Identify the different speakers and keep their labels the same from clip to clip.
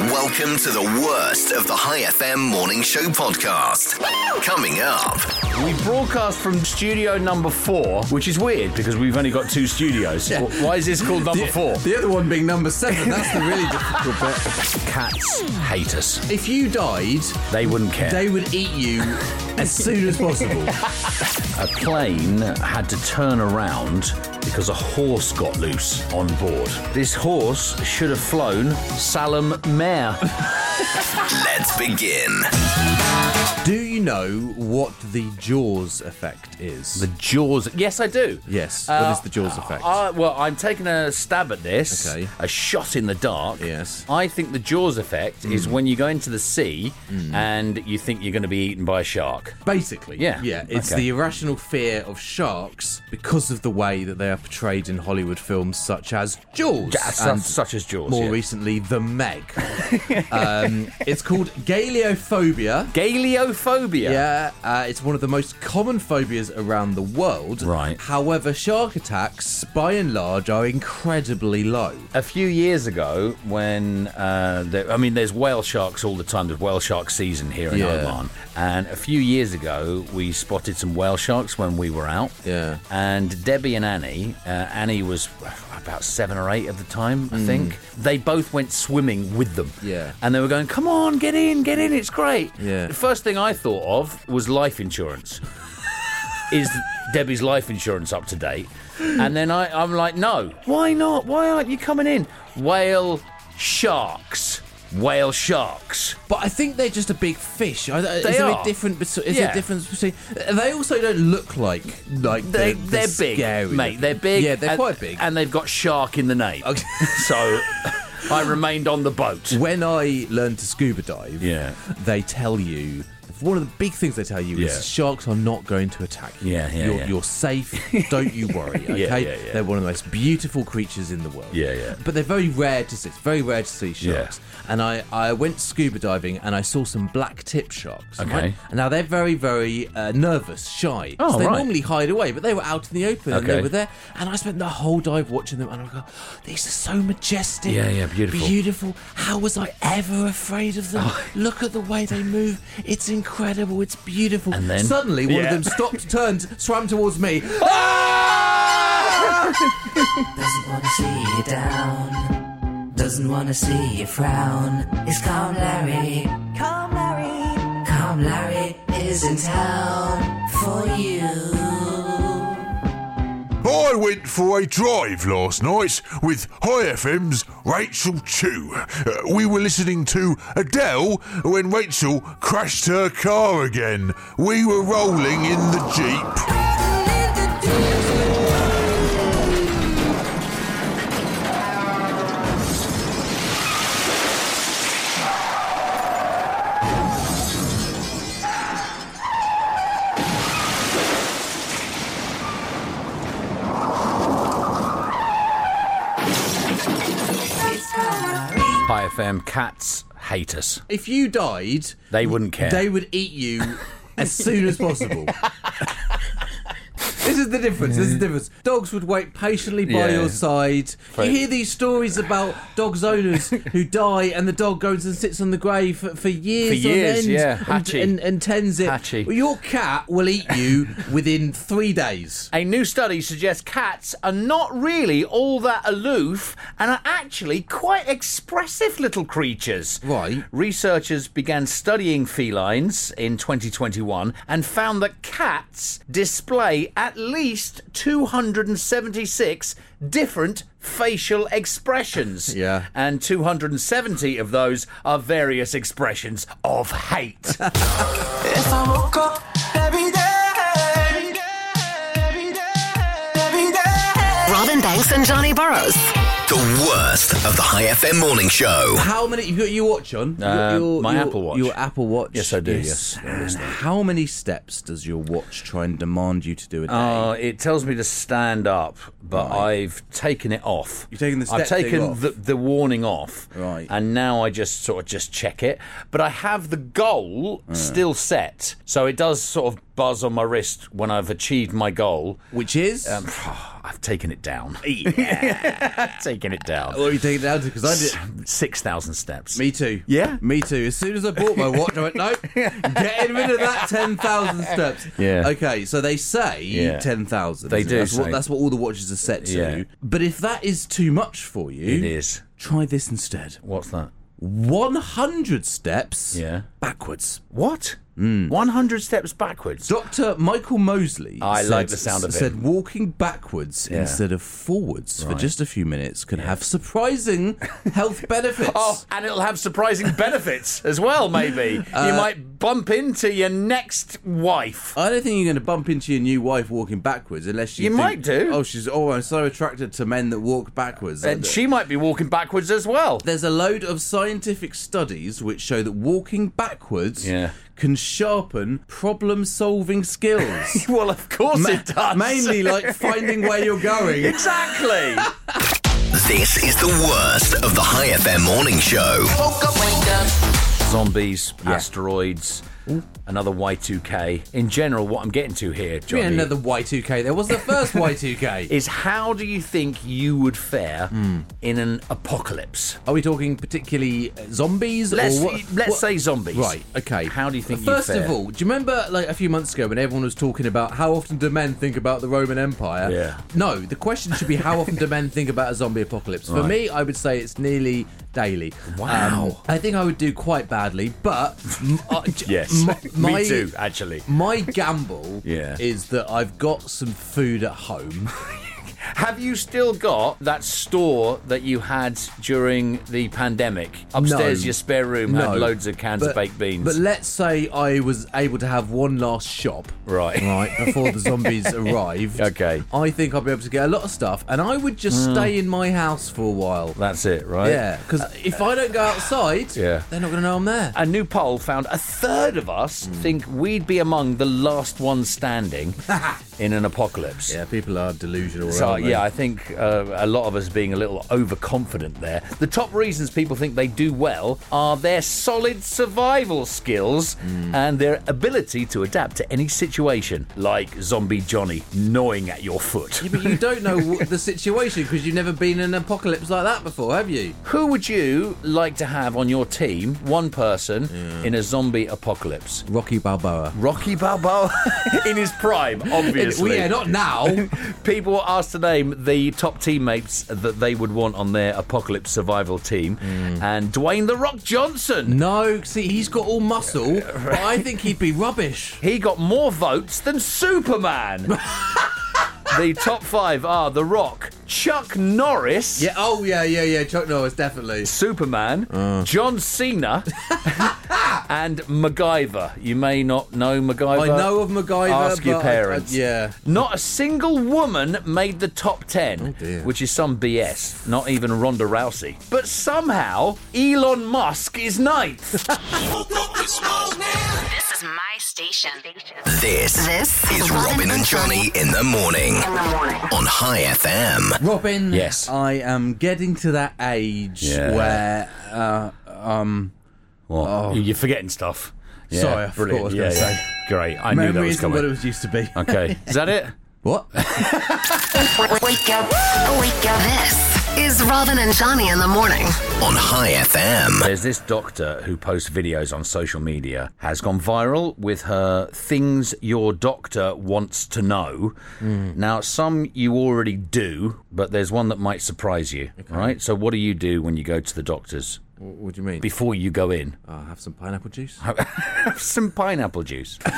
Speaker 1: Welcome to the worst of the High FM Morning Show podcast. Coming up,
Speaker 2: We broadcast from studio number four, which is weird because we've only got two studios. W- Why is this called number four?
Speaker 3: The other one being number seven. That's the really difficult bit.
Speaker 2: Cats hate us.
Speaker 3: If you died,
Speaker 2: They wouldn't care.
Speaker 3: they would eat you as soon as possible.
Speaker 2: a plane had to turn around because a horse got loose on board. This horse should have flown Salem Mare.
Speaker 1: let's begin.
Speaker 3: Do you know what the Jaws effect is?
Speaker 2: The jaws. Yes, I do.
Speaker 3: yes.
Speaker 2: Uh,
Speaker 3: what is the Jaws effect?
Speaker 2: Uh, well, I'm taking a stab at this.
Speaker 3: Okay.
Speaker 2: A shot in the dark.
Speaker 3: Yes. Mm.
Speaker 2: I think the Jaws effect is when you go into the sea and you think you're going to be eaten by a shark.
Speaker 3: Basically,
Speaker 2: Yeah,
Speaker 3: yeah. It's
Speaker 2: okay.
Speaker 3: the irrational fear of sharks because of the way that they are portrayed in Hollywood films such as Jaws and
Speaker 2: such as Jaws.
Speaker 3: more
Speaker 2: yeah.
Speaker 3: recently The Meg. um, it's called galeophobia.
Speaker 2: Galeophobia.
Speaker 3: Yeah, uh, it's one of the most common phobias around the world.
Speaker 2: Right.
Speaker 3: However, shark attacks, by and large, are incredibly low.
Speaker 2: A few years ago, when uh, there, I mean, there's whale sharks all the time. There's whale shark season here in
Speaker 3: Yeah.
Speaker 2: Oman, and a few years ago, we spotted some whale sharks when we were out.
Speaker 3: Yeah.
Speaker 2: And Debbie and Annie, uh, Annie was about seven or eight at the time, I think. They both went swimming with them.
Speaker 3: Hmm. Yeah.
Speaker 2: And they were going, "Come on, get in, get in, it's great."
Speaker 3: Yeah.
Speaker 2: The first thing I thought of was life insurance. is Debbie's life insurance up to date? And then I, I'm like, no, why not? Why aren't you coming in? Whale sharks. Whale sharks.
Speaker 3: But I think they're just a big fish. I, they is there
Speaker 2: are.
Speaker 3: a different betw- is there
Speaker 2: Yeah.
Speaker 3: a difference between? They also don't look like like
Speaker 2: They,
Speaker 3: the- the
Speaker 2: they're big,
Speaker 3: scary-
Speaker 2: mate. They're big.
Speaker 3: Yeah, they're
Speaker 2: and-
Speaker 3: quite big.
Speaker 2: And they've got shark in the name.
Speaker 3: Okay.
Speaker 2: so I remained on the boat.
Speaker 3: when I learned to scuba dive,
Speaker 2: Yeah.
Speaker 3: they tell you one of the big things they tell you
Speaker 2: Yeah.
Speaker 3: is sharks are not going to attack you.
Speaker 2: Yeah, yeah,
Speaker 3: you're,
Speaker 2: yeah.
Speaker 3: you're safe. Don't you worry. Okay,
Speaker 2: Yeah, yeah, yeah.
Speaker 3: they're one of the most beautiful creatures in the world.
Speaker 2: Yeah, yeah.
Speaker 3: But they're very rare to see. It's very rare to see
Speaker 2: Yeah.
Speaker 3: sharks. And I, I went scuba diving and I saw some black tip sharks.
Speaker 2: Okay.
Speaker 3: right? And now they're very, very uh, nervous, shy.
Speaker 2: Oh,
Speaker 3: so they
Speaker 2: right.
Speaker 3: normally hide away, but they were out in the open and
Speaker 2: Okay.
Speaker 3: they were there. And I spent the whole dive watching them and I go, these are so majestic.
Speaker 2: Yeah, yeah, beautiful. Oh.
Speaker 3: Beautiful. How was I ever afraid of them? Look at the way they move. It's incredible. It's beautiful.
Speaker 2: And then-
Speaker 3: suddenly one
Speaker 2: Yeah.
Speaker 3: of them stopped, turned, swam towards me. Ah!
Speaker 4: Doesn't wanna see you down. Doesn't wanna see you frown. It's Calm Larry. Calm Larry. Calm Larry is in town for you.
Speaker 5: I went for a drive last night with High FM's Rachel Chu. Uh, we were listening to Adele when Rachel crashed her car again. We were rolling in the Jeep.
Speaker 2: Hi FM, cats hate us.
Speaker 3: If you died,
Speaker 2: They wouldn't care.
Speaker 3: they would eat you as soon as possible. This is the difference. This is the difference. Dogs would wait patiently by
Speaker 2: Yeah.
Speaker 3: your side. You hear these stories about dogs owners who die, and the dog goes and sits on the grave for, for years,
Speaker 2: For years,
Speaker 3: on end
Speaker 2: yeah.
Speaker 3: and,
Speaker 2: Hatchy.
Speaker 3: and, and tends it.
Speaker 2: Hatchy.
Speaker 3: Well, Your cat will eat you within three days.
Speaker 2: A new study suggests cats are not really all that aloof and are actually quite expressive little creatures.
Speaker 3: Right.
Speaker 2: Researchers began studying felines in 2021 and found that cats display at least 276 different facial expressions.
Speaker 3: Yeah.
Speaker 2: And 270 of those are various expressions of hate.
Speaker 6: If I woke up every day, every day, every day, every day.
Speaker 7: Robin Banks and Johnny Burrows.
Speaker 1: The worst of the High FM Morning Show.
Speaker 3: How many? You got your watch on? Your-
Speaker 2: Uh,
Speaker 3: your,
Speaker 2: my
Speaker 3: your-
Speaker 2: Apple Watch.
Speaker 3: Your Apple Watch.
Speaker 2: Yes, I do, yes.
Speaker 3: And how many steps does your watch try and demand you to do a day?
Speaker 2: Uh, it tells me to stand up, but I've taken it off.
Speaker 3: You've taken the
Speaker 2: I've
Speaker 3: step thing
Speaker 2: taken
Speaker 3: off.
Speaker 2: The, the warning off,
Speaker 3: Right.
Speaker 2: And now I just sort of just check it, but I have the goal still set, so it does sort of buzz on my wrist when I've achieved my goal.
Speaker 3: Which is? Um,
Speaker 2: I've taken it down. Yeah. taken it down.
Speaker 3: what are you taking it down to? Because I did.
Speaker 2: Six thousand steps.
Speaker 3: Me too.
Speaker 2: Yeah?
Speaker 3: Me too. As soon as I bought my watch, I went, nope, getting rid of that 10,000 steps.
Speaker 2: Yeah.
Speaker 3: Okay, so they say
Speaker 2: Yeah.
Speaker 3: 10,000.
Speaker 2: They
Speaker 3: isn't it?
Speaker 2: do
Speaker 3: That's,
Speaker 2: say-
Speaker 3: what, that's what all the watches are set to.
Speaker 2: Yeah.
Speaker 3: But if that is too much for you,
Speaker 2: It is.
Speaker 3: try this instead
Speaker 2: What's that?
Speaker 3: 100 steps
Speaker 2: Yeah.
Speaker 3: backwards.
Speaker 2: What?
Speaker 3: Hmm.
Speaker 2: One hundred steps backwards.
Speaker 3: Dr. Michael Mosley
Speaker 2: I
Speaker 3: said,
Speaker 2: like the sound of it.
Speaker 3: said walking backwards
Speaker 2: Yeah.
Speaker 3: instead of forwards for
Speaker 2: Right.
Speaker 3: just a few minutes can have surprising health benefits. Uh,
Speaker 2: Oh, and it'll have surprising benefits as well, maybe. you might bump into your next wife.
Speaker 3: I don't think you're going to bump into your new wife walking backwards unless you.
Speaker 2: You
Speaker 3: think,
Speaker 2: might do.
Speaker 3: Oh, she's. Oh, I'm so attracted to men that walk backwards.
Speaker 2: And she might be walking backwards as well.
Speaker 3: There's a load of scientific studies which show that walking backwards
Speaker 2: Yeah.
Speaker 3: can sharpen problem-solving skills.
Speaker 2: Well, of course
Speaker 3: Ma-
Speaker 2: it does.
Speaker 3: Mainly like finding where you're going.
Speaker 2: Exactly.
Speaker 1: This is the worst of the High FM morning show.
Speaker 2: Zombies, asteroids, another Y2K. In general, what I'm getting to here, Johnny,
Speaker 3: Yeah, another Y2K. There was the first Y2K.
Speaker 2: is how do you think you would fare
Speaker 3: Hmm.
Speaker 2: in an apocalypse?
Speaker 3: Are we talking particularly uh, zombies?
Speaker 2: Let's
Speaker 3: or what,
Speaker 2: let's
Speaker 3: what-
Speaker 2: say zombies.
Speaker 3: Right. Okay.
Speaker 2: How do you think?
Speaker 3: First
Speaker 2: you fare?
Speaker 3: of all, do you remember like a few months ago when everyone was talking about how often do men think about the Roman Empire?
Speaker 2: Yeah.
Speaker 3: No, the question should be how often do men think about a zombie apocalypse? For me, I would say it's nearly daily. Um,
Speaker 2: Wow.
Speaker 3: I think I would do quite badly, but m- uh, j-
Speaker 2: yes,
Speaker 3: m- my-
Speaker 2: me too. Actually,
Speaker 3: My gamble
Speaker 2: Yeah.
Speaker 3: is that I've got some food at home.
Speaker 2: Have you still got that store that you had during the pandemic? Upstairs, your spare room had loads of cans
Speaker 3: but,
Speaker 2: of baked beans.
Speaker 3: But let's say I was able to have one last shop.
Speaker 2: Right.
Speaker 3: Right, before the zombies arrived.
Speaker 2: Okay.
Speaker 3: I think I'll be able to get a lot of stuff and I would just stay in my house for a while.
Speaker 2: That's it, right?
Speaker 3: yeah, because if I don't go outside,
Speaker 2: Yeah.
Speaker 3: they're not going to know I'm there.
Speaker 2: A new poll found a third of
Speaker 3: Hmm.
Speaker 2: us think we'd be among the last ones standing in an apocalypse.
Speaker 3: Yeah, people are delusional.
Speaker 2: So,
Speaker 3: aren't they?
Speaker 2: yeah, I think uh, a lot of us being a little overconfident there. The top reasons people think they do well are their solid survival skills
Speaker 3: Hmm.
Speaker 2: and their ability to adapt to any situation, like zombie Johnny gnawing at your foot.
Speaker 3: Yeah, but you don't know what the situation because you've never been in an apocalypse like that before, have you?
Speaker 2: Who would you like to have on your team, one person, in a zombie apocalypse?
Speaker 3: Rocky Balboa.
Speaker 2: Rocky Balboa in his prime, obviously.
Speaker 3: Well, yeah, not now.
Speaker 2: People were asked to name the top teammates that they would want on their apocalypse survival team,
Speaker 3: Mm.
Speaker 2: and Dwayne the Rock Johnson.
Speaker 3: no, see, he's got all muscle, but I think he'd be rubbish.
Speaker 2: He got more votes than Superman. the top five are The Rock, Chuck Norris,
Speaker 3: Yeah. Oh, yeah, yeah, yeah. Chuck Norris, definitely.
Speaker 2: Superman,
Speaker 3: Uh.
Speaker 2: John Cena, and MacGyver. You may not know MacGyver.
Speaker 3: I know of MacGyver.
Speaker 2: Ask your
Speaker 3: uh, but I- I-
Speaker 2: parents.
Speaker 3: yeah.
Speaker 2: Not a single woman made the top 10,
Speaker 3: Oh, dear.
Speaker 2: which is some BS. Not even Ronda Rousey. But somehow, Elon Musk is ninth.
Speaker 7: This is my station.
Speaker 1: This
Speaker 7: This
Speaker 1: is Robin and Johnny in the morning
Speaker 7: in the morning.
Speaker 1: on High FM.
Speaker 3: Robin.
Speaker 2: Yes.
Speaker 3: I am getting to that age
Speaker 2: Yeah.
Speaker 3: where. Uh, um,
Speaker 2: What? Oh. You're forgetting stuff. Yeah,
Speaker 3: Sorry, I forgot
Speaker 2: brilliant.
Speaker 3: what I was
Speaker 2: Yeah,
Speaker 3: gonna
Speaker 2: yeah. Great. I knew that
Speaker 3: memory
Speaker 2: was
Speaker 3: isn't what it
Speaker 2: coming.
Speaker 3: was used to be.
Speaker 2: Okay. Is that it?
Speaker 3: What?
Speaker 7: Wake up. Wake up. This is Robin and Johnny in the morning.
Speaker 1: On High FM.
Speaker 2: There's this doctor who posts videos on social media, has gone viral with her things your doctor wants to know. Now, some you already do, but there's one that might surprise you, right? So, what do you do when you go to the doctor's?
Speaker 3: what do you mean?
Speaker 2: Before you go in,
Speaker 3: Oh, have some pineapple juice.
Speaker 2: have some pineapple juice.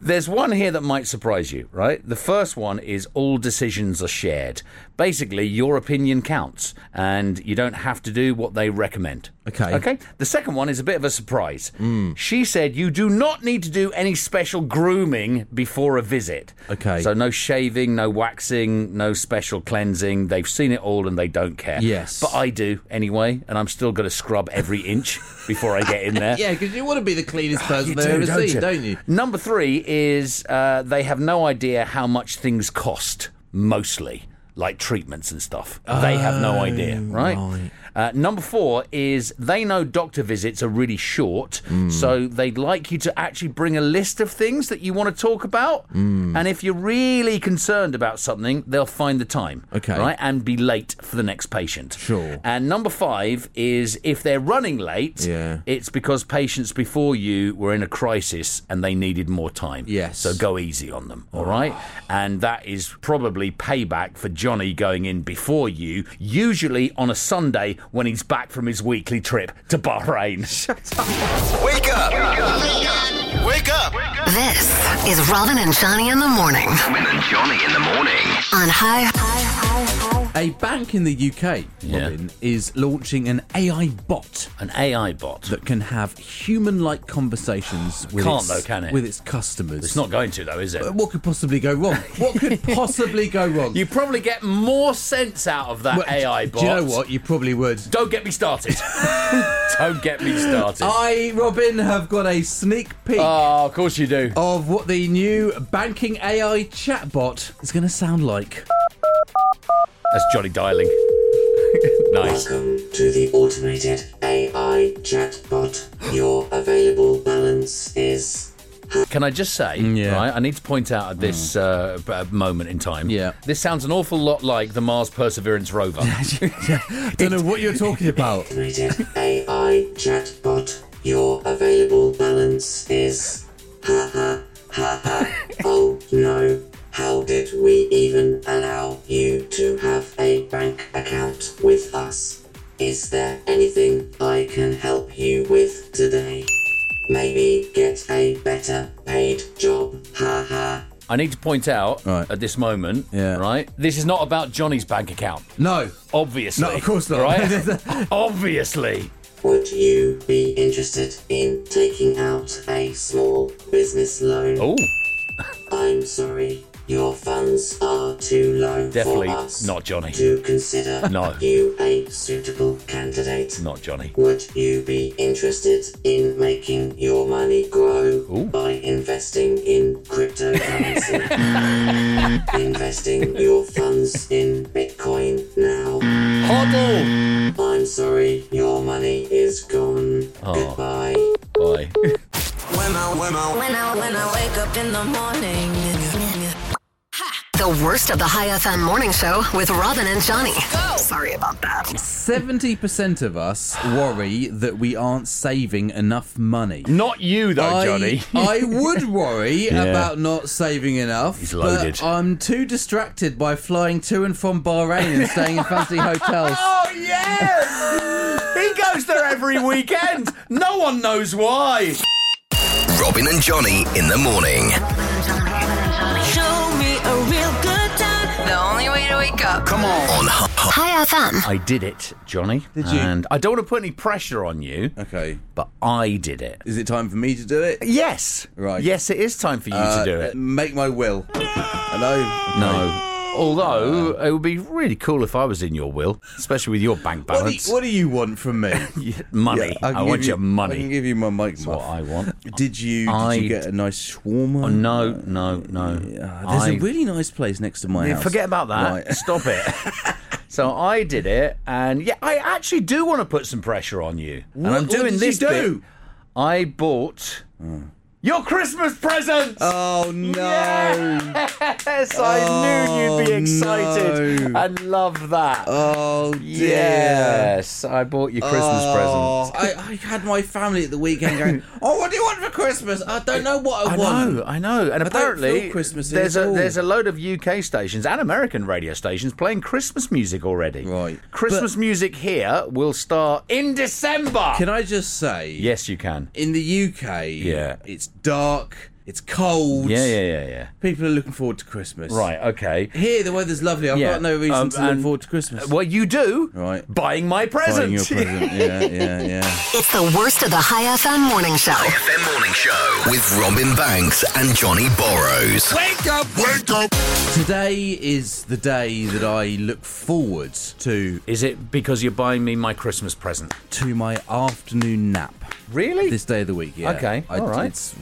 Speaker 2: There's one here that might surprise you, right? The first one is all decisions are shared. Basically, your opinion counts and you don't have to do what they recommend.
Speaker 3: Okay.
Speaker 2: Okay. The second one is a bit of a surprise. She said you do not need to do any special grooming before a visit.
Speaker 3: Okay.
Speaker 2: So no shaving, no waxing, no special cleansing. They've seen it all and they don't care.
Speaker 3: Yes.
Speaker 2: But I do anyway, and I'm still going to scrub every inch before I get in there.
Speaker 3: Yeah, because you want to be the cleanest
Speaker 2: Oh,
Speaker 3: person
Speaker 2: You
Speaker 3: they've ever
Speaker 2: do, don't
Speaker 3: seen,
Speaker 2: you?
Speaker 3: don't you?
Speaker 2: Number three is uh, they have no idea how much things
Speaker 3: Oh,
Speaker 2: cost, mostly, like treatments and stuff. they have no idea, right? Uh, number four is they know doctor visits are really short,
Speaker 3: Hmm.
Speaker 2: so they'd like you to actually bring a list of things that you want to talk about.
Speaker 3: Hmm.
Speaker 2: And if you're really concerned about something, they'll find the time.
Speaker 3: Okay.
Speaker 2: Right? And be late for the next patient.
Speaker 3: Sure.
Speaker 2: And number five is if they're running late,
Speaker 3: Yeah.
Speaker 2: it's because patients before you were in a crisis and they needed more time.
Speaker 3: Yes. Oh.
Speaker 2: So go easy on them, all right? And that is probably payback for Johnny going in before you, usually on a Sunday when he's back from his weekly trip to Bahrain.
Speaker 1: Wake up! Wake up!
Speaker 7: This is Robin and Johnny in the morning
Speaker 1: Robin and Johnny in the morning.
Speaker 7: on High. High,
Speaker 3: A bank in the UK,
Speaker 2: Yeah.
Speaker 3: Robin, is launching an AI bot
Speaker 2: An AI bot.
Speaker 3: that can have human-like conversations with
Speaker 2: Can't
Speaker 3: its,
Speaker 2: though, can it?
Speaker 3: with its customers.
Speaker 2: it's not going to, though, is it?
Speaker 3: What could possibly go wrong? What could possibly go wrong?
Speaker 2: You probably get more sense out of that
Speaker 3: Well,
Speaker 2: AI
Speaker 3: d-
Speaker 2: bot.
Speaker 3: Do you know what? You probably would.
Speaker 2: Don't get me started. Don't get me started.
Speaker 3: I, Robin, have got a sneak peek
Speaker 2: oh, of course you do.
Speaker 3: of what the new banking AI chatbot is going to sound like.
Speaker 2: That's Johnny dialing. nice.
Speaker 8: Welcome to the automated AI chatbot. Your available balance is.
Speaker 2: Can I just say,
Speaker 3: Mm, yeah. Mm.
Speaker 2: right? I need to point out at this uh, b- uh, moment in time.
Speaker 3: Yeah.
Speaker 2: This sounds an awful lot like the Mars Perseverance rover.
Speaker 3: Don't know what you're talking about.
Speaker 8: Automated AI chatbot. Your available balance is. Ha ha ha ha. Oh no. How did we even allow you to have a bank account with us? Is there anything I can help you with today? Maybe get a better paid job. Ha ha.
Speaker 2: I need to point out
Speaker 3: Right.
Speaker 2: at this moment,
Speaker 3: Yeah.
Speaker 2: right? This is not about Johnny's bank account,
Speaker 3: No.
Speaker 2: obviously.
Speaker 3: No, of course not.
Speaker 2: Right? obviously.
Speaker 8: Would you be interested in taking out a small business loan?
Speaker 2: Oh,
Speaker 8: I'm sorry, your funds are too low
Speaker 2: Definitely
Speaker 8: for us
Speaker 2: not Johnny.
Speaker 8: to consider
Speaker 2: No.
Speaker 8: you a suitable candidate.
Speaker 2: not Johnny.
Speaker 8: Would you be interested in making your money grow by investing in cryptocurrency? investing your funds in Bitcoin now.
Speaker 2: Hoddle!
Speaker 8: I'm sorry, your money is gone.
Speaker 2: Oh.
Speaker 8: Goodbye.
Speaker 2: Bye.
Speaker 6: When I, when I,
Speaker 4: When I, when I wake up in the morning.
Speaker 7: The worst of the High FM morning show with Robin and Johnny. Sorry about that.
Speaker 3: 70% of us worry that we aren't saving enough money.
Speaker 2: Not you, though,
Speaker 3: I-
Speaker 2: Johnny.
Speaker 3: I, would worry about not saving enough.
Speaker 2: He's loaded.
Speaker 3: But I'm too distracted by flying to and from Bahrain and staying in fancy hotels.
Speaker 2: Oh, yes! he goes there every weekend. No one knows why.
Speaker 1: Robin and Johnny in the morning.
Speaker 7: Robin and Johnny. Robin and Johnny.
Speaker 4: Show me a real good time. The only way to wake up. Come on.
Speaker 1: On Hi-
Speaker 7: High FM.
Speaker 2: I did it, Johnny. Did
Speaker 3: you?
Speaker 2: And I don't want to put any pressure on you,
Speaker 3: Okay.
Speaker 2: but I did it.
Speaker 3: Is it time for me to do it?
Speaker 2: Yes.
Speaker 3: Right.
Speaker 2: Yes, it is time for you
Speaker 3: Uh,
Speaker 2: to do it.
Speaker 3: Make my will. Hello.
Speaker 2: No. Uh, Although it would be really cool if I was in your will, especially with your bank
Speaker 3: What do,
Speaker 2: balance.
Speaker 3: you, what do you want from me?
Speaker 2: Money.
Speaker 3: Yeah,
Speaker 2: I,
Speaker 3: can
Speaker 2: want your
Speaker 3: give you- I can
Speaker 2: money.
Speaker 3: give you my mic. That's
Speaker 2: What I want.
Speaker 3: Did you did
Speaker 2: I-
Speaker 3: you get a nice shawarma?
Speaker 2: Oh, no, no, no.
Speaker 3: Uh, There's
Speaker 2: I-
Speaker 3: a really nice place next to my
Speaker 2: Yeah,
Speaker 3: house.
Speaker 2: Forget about that.
Speaker 3: Right.
Speaker 2: Stop it. so I did it, and yeah, I actually do want to put some pressure on you. and I'm
Speaker 3: What- what
Speaker 2: doing
Speaker 3: did you
Speaker 2: this. bit.
Speaker 3: do?
Speaker 2: I bought your Christmas present.
Speaker 3: Oh no! Oh,
Speaker 2: Yes, I knew you'd be excited
Speaker 3: no.
Speaker 2: and love that.
Speaker 3: Oh dear!
Speaker 2: yes, I bought your Christmas
Speaker 3: Oh,
Speaker 2: present.
Speaker 3: I, I had my family at the weekend going, "Oh, what do you want for Christmas? I don't know what I,
Speaker 2: I
Speaker 3: want."
Speaker 2: know, I know, and
Speaker 3: don't
Speaker 2: apparently
Speaker 3: feel Christmassy
Speaker 2: there's
Speaker 3: at
Speaker 2: a
Speaker 3: all.
Speaker 2: there's a load of UK stations and American radio stations playing Christmas music already.
Speaker 3: Right.
Speaker 2: Christmas music here will start in December.
Speaker 3: Can I just say,
Speaker 2: yes, you can.
Speaker 3: in the UK,
Speaker 2: Yeah.
Speaker 3: it's dark, it's cold.
Speaker 2: Yeah, yeah, yeah, yeah.
Speaker 3: People are looking forward to Christmas.
Speaker 2: Right, okay.
Speaker 3: Here, the weather's lovely. I've
Speaker 2: Yeah.
Speaker 3: got no reason
Speaker 2: Um,
Speaker 3: to look
Speaker 2: and-
Speaker 3: forward to Christmas.
Speaker 2: Well, you do.
Speaker 3: Right.
Speaker 2: Buying my present.
Speaker 3: Buying your present. Yeah, yeah, yeah.
Speaker 7: It's the worst of the High FM morning show.
Speaker 1: FM morning show with Robin Banks and Johnny Borrows.
Speaker 5: Wake up! Wake up!
Speaker 3: Today is the day that I look forward to
Speaker 2: Is it because you're buying me my Christmas present?
Speaker 3: to my afternoon nap.
Speaker 2: Really?
Speaker 3: This day of the week, yeah.
Speaker 2: Okay, all right.
Speaker 3: It's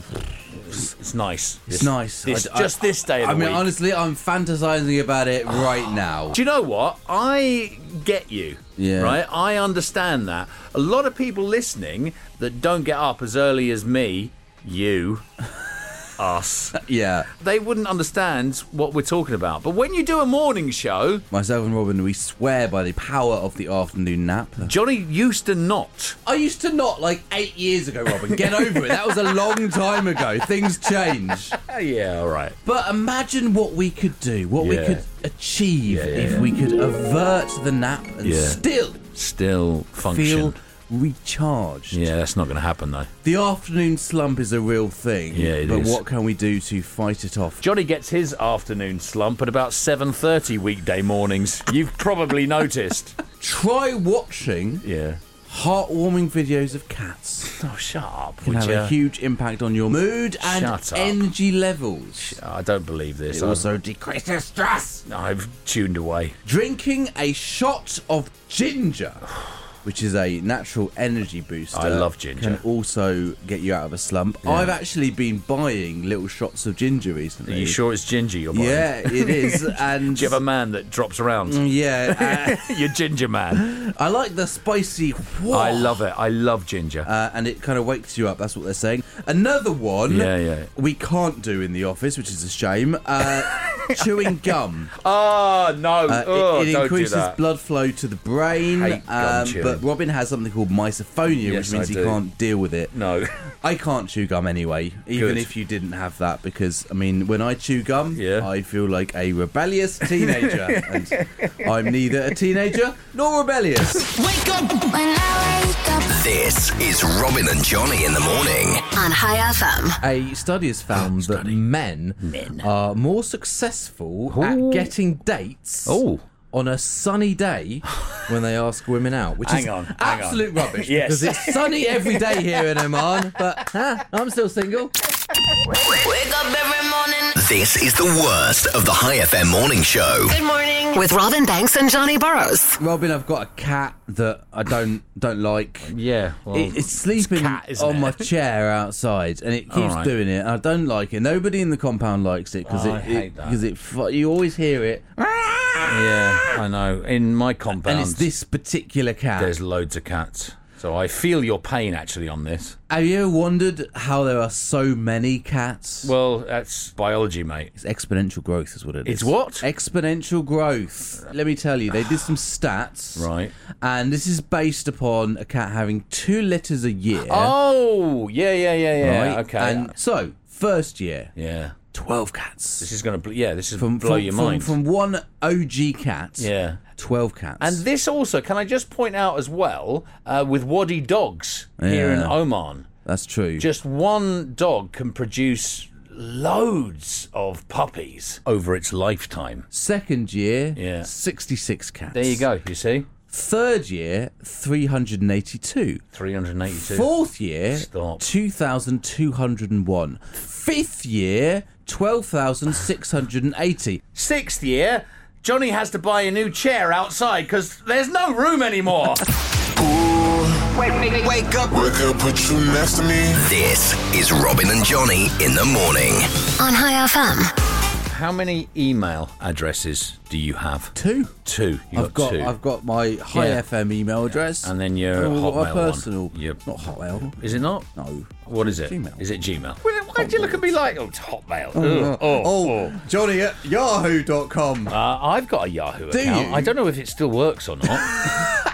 Speaker 2: It's, it's nice.
Speaker 3: It's nice.
Speaker 2: This,
Speaker 3: I- I-
Speaker 2: just this day. Of
Speaker 3: I
Speaker 2: the
Speaker 3: mean,
Speaker 2: week.
Speaker 3: honestly, I'm fantasizing about it right now.
Speaker 2: Do you know what? I get you.
Speaker 3: Yeah.
Speaker 2: Right? I understand that. A lot of people listening that don't get up as early as me, you, us,
Speaker 3: Yeah,
Speaker 2: they wouldn't understand what we're talking about. But when you do a morning show,
Speaker 3: myself and Robin, we swear by the power of the afternoon nap.
Speaker 2: Johnny used to not.
Speaker 3: I used to not like eight years ago, Robin. Get over it. That was a long time ago. Things change.
Speaker 2: yeah, all right.
Speaker 3: But imagine what we could do, what we
Speaker 2: Yeah.
Speaker 3: could achieve
Speaker 2: Yeah, yeah,
Speaker 3: if
Speaker 2: yeah.
Speaker 3: we could avert the nap and
Speaker 2: Yeah.
Speaker 3: still
Speaker 2: Still function.
Speaker 3: feel recharged.
Speaker 2: Yeah, that's not going to happen though.
Speaker 3: The afternoon slump is a real thing.
Speaker 2: Yeah, it
Speaker 3: but
Speaker 2: is.
Speaker 3: what can we do to fight it off?
Speaker 2: Johnny gets his afternoon slump at about 7:30 weekday mornings. You've probably noticed.
Speaker 3: Try watching
Speaker 2: Yeah.
Speaker 3: heartwarming videos of cats.
Speaker 2: Oh, shut up.
Speaker 3: Can
Speaker 2: would
Speaker 3: have
Speaker 2: ya?
Speaker 3: a huge impact on your mood and
Speaker 2: uh, Shut up.
Speaker 3: energy levels.
Speaker 2: I don't believe this.
Speaker 3: It also decreases stress.
Speaker 2: I've, I've tuned away.
Speaker 3: Drinking a shot of ginger, which is a natural energy booster.
Speaker 2: I love ginger.
Speaker 3: Can also get you out of a slump. I've actually been buying little shots of ginger
Speaker 2: Are
Speaker 3: recently.
Speaker 2: you sure it's ginger you're buying?
Speaker 3: Yeah, Mm. it is. And
Speaker 2: Do you have a man that drops around?
Speaker 3: yeah,
Speaker 2: You're ginger man.
Speaker 3: uh, I like the spicy.
Speaker 2: I love it. I love ginger.
Speaker 3: Oh. uh, and it kind of wakes you up. That's what they're saying. Another one,
Speaker 2: Yeah, yeah.
Speaker 3: we can't do in the office, which is a shame. Uh, chewing gum.
Speaker 2: oh, no.
Speaker 3: Uh,
Speaker 2: oh,
Speaker 3: it, it
Speaker 2: don't
Speaker 3: increases
Speaker 2: do that.
Speaker 3: blood flow to the brain. um,
Speaker 2: Hate gum chewing.
Speaker 3: but Robin has something called mysophonia,
Speaker 2: Yes,
Speaker 3: which means
Speaker 2: I
Speaker 3: he
Speaker 2: do.
Speaker 3: can't deal with it.
Speaker 2: no.
Speaker 3: I can't chew gum anyway, even
Speaker 2: Good.
Speaker 3: if you didn't have that, because I mean, when I chew gum,
Speaker 2: Yeah.
Speaker 3: I feel like a rebellious teenager, and I'm neither a teenager nor rebellious.
Speaker 1: This is Robin and Johnny in the morning.
Speaker 7: on High FM.
Speaker 3: A study has found that men, are more successful at
Speaker 2: Ooh.
Speaker 3: getting dates.
Speaker 2: Oh.
Speaker 3: on a sunny day when they ask women out, which
Speaker 2: Hang
Speaker 3: is
Speaker 2: on, hang on.
Speaker 3: absolute rubbish
Speaker 2: Yes.
Speaker 3: because it's sunny every day here in Oman, but huh, I'm still single.
Speaker 1: This is the worst of the High FM morning show.
Speaker 7: With Robin Banks and Johnny Burrows.
Speaker 3: Robin, I've got a cat that I don't don't like.
Speaker 2: Yeah. Well,
Speaker 3: It, it's sleeping
Speaker 2: cat, isn't
Speaker 3: on
Speaker 2: it?
Speaker 3: my chair outside, and it keeps
Speaker 2: Alright.
Speaker 3: doing it. and I don't like it. Nobody in the compound likes it because
Speaker 2: Oh, I
Speaker 3: it
Speaker 2: hate that. Ah!
Speaker 3: because it, fu- you always hear it,
Speaker 2: yeah, I know. In my compound,
Speaker 3: and it's this particular cat.
Speaker 2: there's loads of cats. So I feel your pain actually on this.
Speaker 3: Have you ever wondered how there are so many cats?
Speaker 2: Well, that's biology, mate.
Speaker 3: It's exponential growth, is what it is.
Speaker 2: It's what?
Speaker 3: Exponential growth. Let me tell you, they did some stats.
Speaker 2: Right.
Speaker 3: And this is based upon a cat having two litters a year.
Speaker 2: Oh, yeah, yeah, yeah, yeah.
Speaker 3: right?
Speaker 2: Okay.
Speaker 3: And so, first year,
Speaker 2: yeah.
Speaker 3: 12 cats.
Speaker 2: This is going to, bl- yeah, this is blow
Speaker 3: from,
Speaker 2: your
Speaker 3: from-
Speaker 2: mind.
Speaker 3: From one OG cat,
Speaker 2: yeah.
Speaker 3: 12 cats.
Speaker 2: And this also, can I just point out as well, uh, with Wadi dogs here in
Speaker 3: Yeah.
Speaker 2: Oman,
Speaker 3: That's true.
Speaker 2: just one dog can produce loads of puppies over its lifetime.
Speaker 3: Second year,
Speaker 2: Yeah.
Speaker 3: 66 cats.
Speaker 2: There you go, you see?
Speaker 3: Third year, 382.
Speaker 2: 382.
Speaker 3: Fourth year,
Speaker 2: Stop.
Speaker 3: 2,201. Fifth year, 12,680.
Speaker 2: Sixth year, Johnny has to buy a new chair outside because there's no room anymore.
Speaker 5: Wake up, put you next to me.
Speaker 1: This is Robin and Johnny in the morning.
Speaker 7: On High FM.
Speaker 2: How many email addresses do you have?
Speaker 3: Two.
Speaker 2: Two. You
Speaker 3: I've got,
Speaker 2: two.
Speaker 3: I've got my High
Speaker 2: Yeah.
Speaker 3: FM email address.
Speaker 2: And then your
Speaker 3: I've
Speaker 2: Hotmail
Speaker 3: got my
Speaker 2: one.
Speaker 3: personal.
Speaker 2: Yep.
Speaker 3: Not Hotmail.
Speaker 2: Is it not?
Speaker 3: No.
Speaker 2: What is it?
Speaker 3: Gmail.
Speaker 2: Is it Gmail? Well, why do you look at me like, oh, it's Hotmail? Ugh. Oh, oh.
Speaker 3: Johnny at yahoo.com.
Speaker 2: Uh, I've got a Yahoo
Speaker 3: Do
Speaker 2: account.
Speaker 3: you?
Speaker 2: I don't know if it still works or not.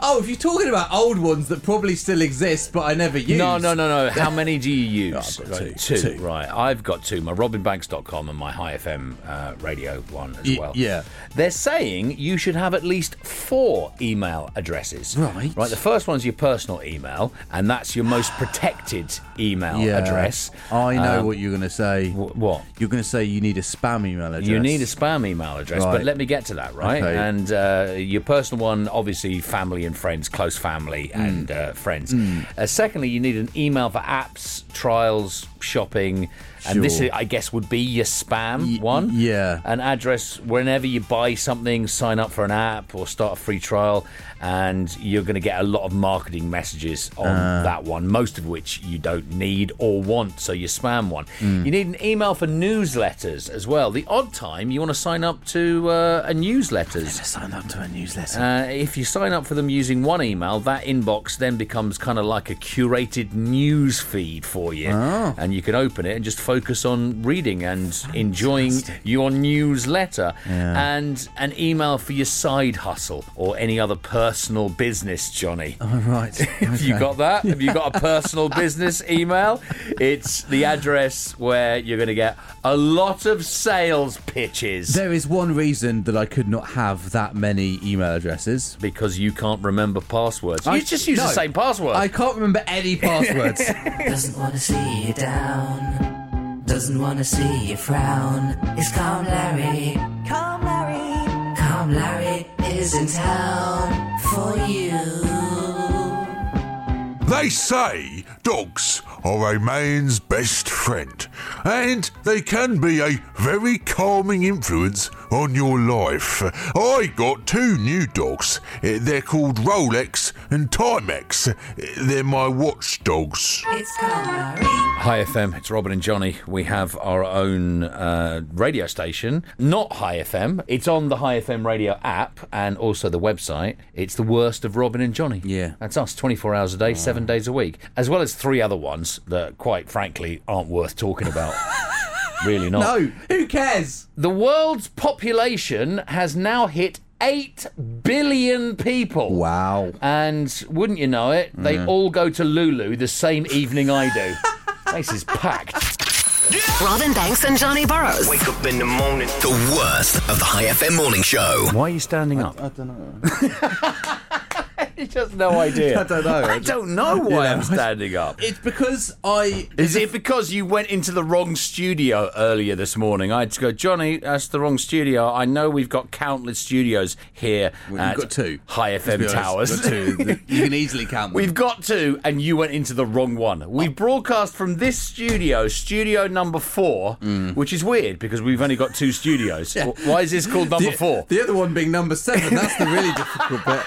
Speaker 3: Oh, if you're talking about old ones that probably still exist, but I never use.
Speaker 2: no, no, no, no. How many do you use?
Speaker 3: No, I've got
Speaker 2: Right,
Speaker 3: two. Two.
Speaker 2: Right. I've got two. My robinbanks.com and my High FM uh, radio one as
Speaker 3: Y-
Speaker 2: well.
Speaker 3: yeah.
Speaker 2: They're saying you should have at least four email addresses.
Speaker 3: Right.
Speaker 2: Right. The first one's your personal email, and that's your most protected email
Speaker 3: Yeah.
Speaker 2: address. Uh,
Speaker 3: I know what you're going to say.
Speaker 2: Wh- what?
Speaker 3: You're going to say you need a spam email address.
Speaker 2: You need a spam email address,
Speaker 3: Right.
Speaker 2: but let me get to that, right?
Speaker 3: Okay.
Speaker 2: And uh, your personal one, obviously, family and friends,
Speaker 3: Mm.
Speaker 2: close family and uh, friends. Uh, secondly, you need an email for apps, trials, shopping, and this
Speaker 3: Sure.
Speaker 2: I guess would be your spam
Speaker 3: Y-
Speaker 2: one.
Speaker 3: yeah.
Speaker 2: an address whenever you buy something, sign up for an app or start a free trial, and you're going to get a lot of marketing messages on that one. Most of which you don't need or want, so you spam one. You need an email for newsletters as well. The odd time you want to sign up to uh, a newsletters.
Speaker 3: Sign up to a newsletter.
Speaker 2: Uh, if you sign up for them using one email, that inbox then becomes kind of like a curated news feed for you.
Speaker 3: Oh.
Speaker 2: And you can open it and just focus on reading and enjoying your newsletter. And an email for your side hustle or any other personal business, Johnny.
Speaker 3: All right.
Speaker 2: Have Uh, you got that? Have you got a personal business email? It's the address where you're going to get a lot of sales pitches.
Speaker 3: There is one reason that I could not have that many email addresses.
Speaker 2: because you can't remember passwords.
Speaker 3: I-
Speaker 2: you just use
Speaker 3: no.
Speaker 2: the same password.
Speaker 3: I can't remember any passwords.
Speaker 4: Doesn't wanna see you down. Doesn't wanna see you frown. It's Calm Larry. Calm Larry. Calm Larry is in town for you.
Speaker 5: They say dogs are a man's best friend, and they can be a very calming influence on your life. I got two new dogs. Eh, They're called Rolex and Timex. Eh, They're my watch dogs.
Speaker 4: It's Calm Larry.
Speaker 2: Hi FM, it's Robin and Johnny. We have our own uh, radio station, not Hi FM. It's on the Hi FM radio app and also the website. It's the worst of Robin and Johnny.
Speaker 3: Yeah.
Speaker 2: that's us, twenty four hours a day, seven days a week, as well as three other ones that, quite frankly, aren't worth talking about. really not.
Speaker 3: no, who cares?
Speaker 2: The world's population has now hit eight billion people.
Speaker 3: Wow. Mm.
Speaker 2: And wouldn't you know it, they all go to Lulu the same evening I do. Place is packed.
Speaker 7: Robin Banks and Johnny Burrows.
Speaker 1: Wake up in the morning. The worst of the High FM morning show.
Speaker 2: Why are you standing up?
Speaker 3: I don't know.
Speaker 2: You just no idea.
Speaker 3: I don't know.
Speaker 2: I don't know why
Speaker 3: Yeah.
Speaker 2: I'm standing up.
Speaker 3: It's because I.
Speaker 2: Is it because you went into the wrong studio earlier this morning? I had to go, Johnny, that's the wrong studio. I know we've got countless studios here
Speaker 3: Well,
Speaker 2: at
Speaker 3: you've got two.
Speaker 2: High
Speaker 3: Let's be
Speaker 2: FM
Speaker 3: honest,
Speaker 2: Towers.
Speaker 3: you've got two. You can easily count. them.
Speaker 2: We've got two, and you went into the wrong one. We broadcast from this studio, studio number four,
Speaker 3: Mm.
Speaker 2: which is weird because we've only got two studios. W- Why is this called number
Speaker 3: the,
Speaker 2: four?
Speaker 3: The other one being number seven. That's the really difficult bit.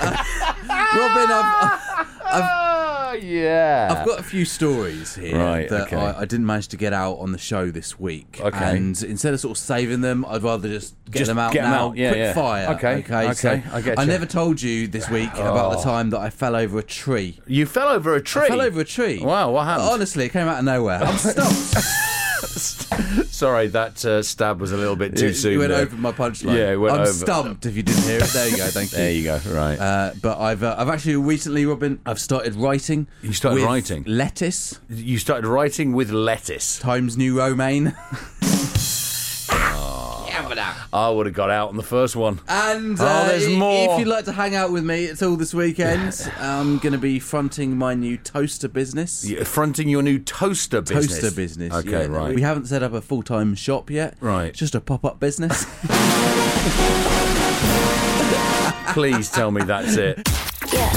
Speaker 3: Uh, Robin, I've,
Speaker 2: Ah, yeah.
Speaker 3: I've got a few stories here
Speaker 2: Right,
Speaker 3: that
Speaker 2: okay.
Speaker 3: I, I didn't manage to get out on the show this week.
Speaker 2: Okay.
Speaker 3: And instead of sort of saving them, I'd rather just get
Speaker 2: Just
Speaker 3: them out
Speaker 2: get 'em
Speaker 3: now.
Speaker 2: out, yeah,
Speaker 3: Quick
Speaker 2: yeah.
Speaker 3: fire.
Speaker 2: Okay,
Speaker 3: Okay.
Speaker 2: okay,
Speaker 3: so
Speaker 2: I get
Speaker 3: I
Speaker 2: you. Oh.
Speaker 3: never told you this week about the time that I fell over a tree.
Speaker 2: you fell over a tree.
Speaker 3: I fell over a tree.
Speaker 2: Wow, what happened?
Speaker 3: Honestly, it came out of nowhere. I'm stumped.
Speaker 2: Sorry, that uh, stab was a little bit too
Speaker 3: It-
Speaker 2: soon.
Speaker 3: You went
Speaker 2: there.
Speaker 3: over my punchline.
Speaker 2: Yeah, it went
Speaker 3: I'm
Speaker 2: over.
Speaker 3: stumped if you didn't hear it. There you go. Thank you.
Speaker 2: There you go. Right.
Speaker 3: Uh, but I've uh, I've actually recently, Robin, I've started writing.
Speaker 2: You started
Speaker 3: with
Speaker 2: writing?
Speaker 3: lettuce
Speaker 2: you started writing with lettuce.
Speaker 3: Times New Romaine,
Speaker 2: I would have got out on the first one.
Speaker 3: and
Speaker 2: Oh,
Speaker 3: uh,
Speaker 2: there's
Speaker 3: i-
Speaker 2: more.
Speaker 3: If you'd like to hang out with me, it's all this weekend. I'm going to be fronting my new toaster business.
Speaker 2: You- Fronting your new toaster business.
Speaker 3: Toaster business.
Speaker 2: Okay,
Speaker 3: yeah.
Speaker 2: right.
Speaker 3: We haven't set up a full time shop yet.
Speaker 2: Right.
Speaker 3: It's just a pop up business.
Speaker 2: Please tell me that's it.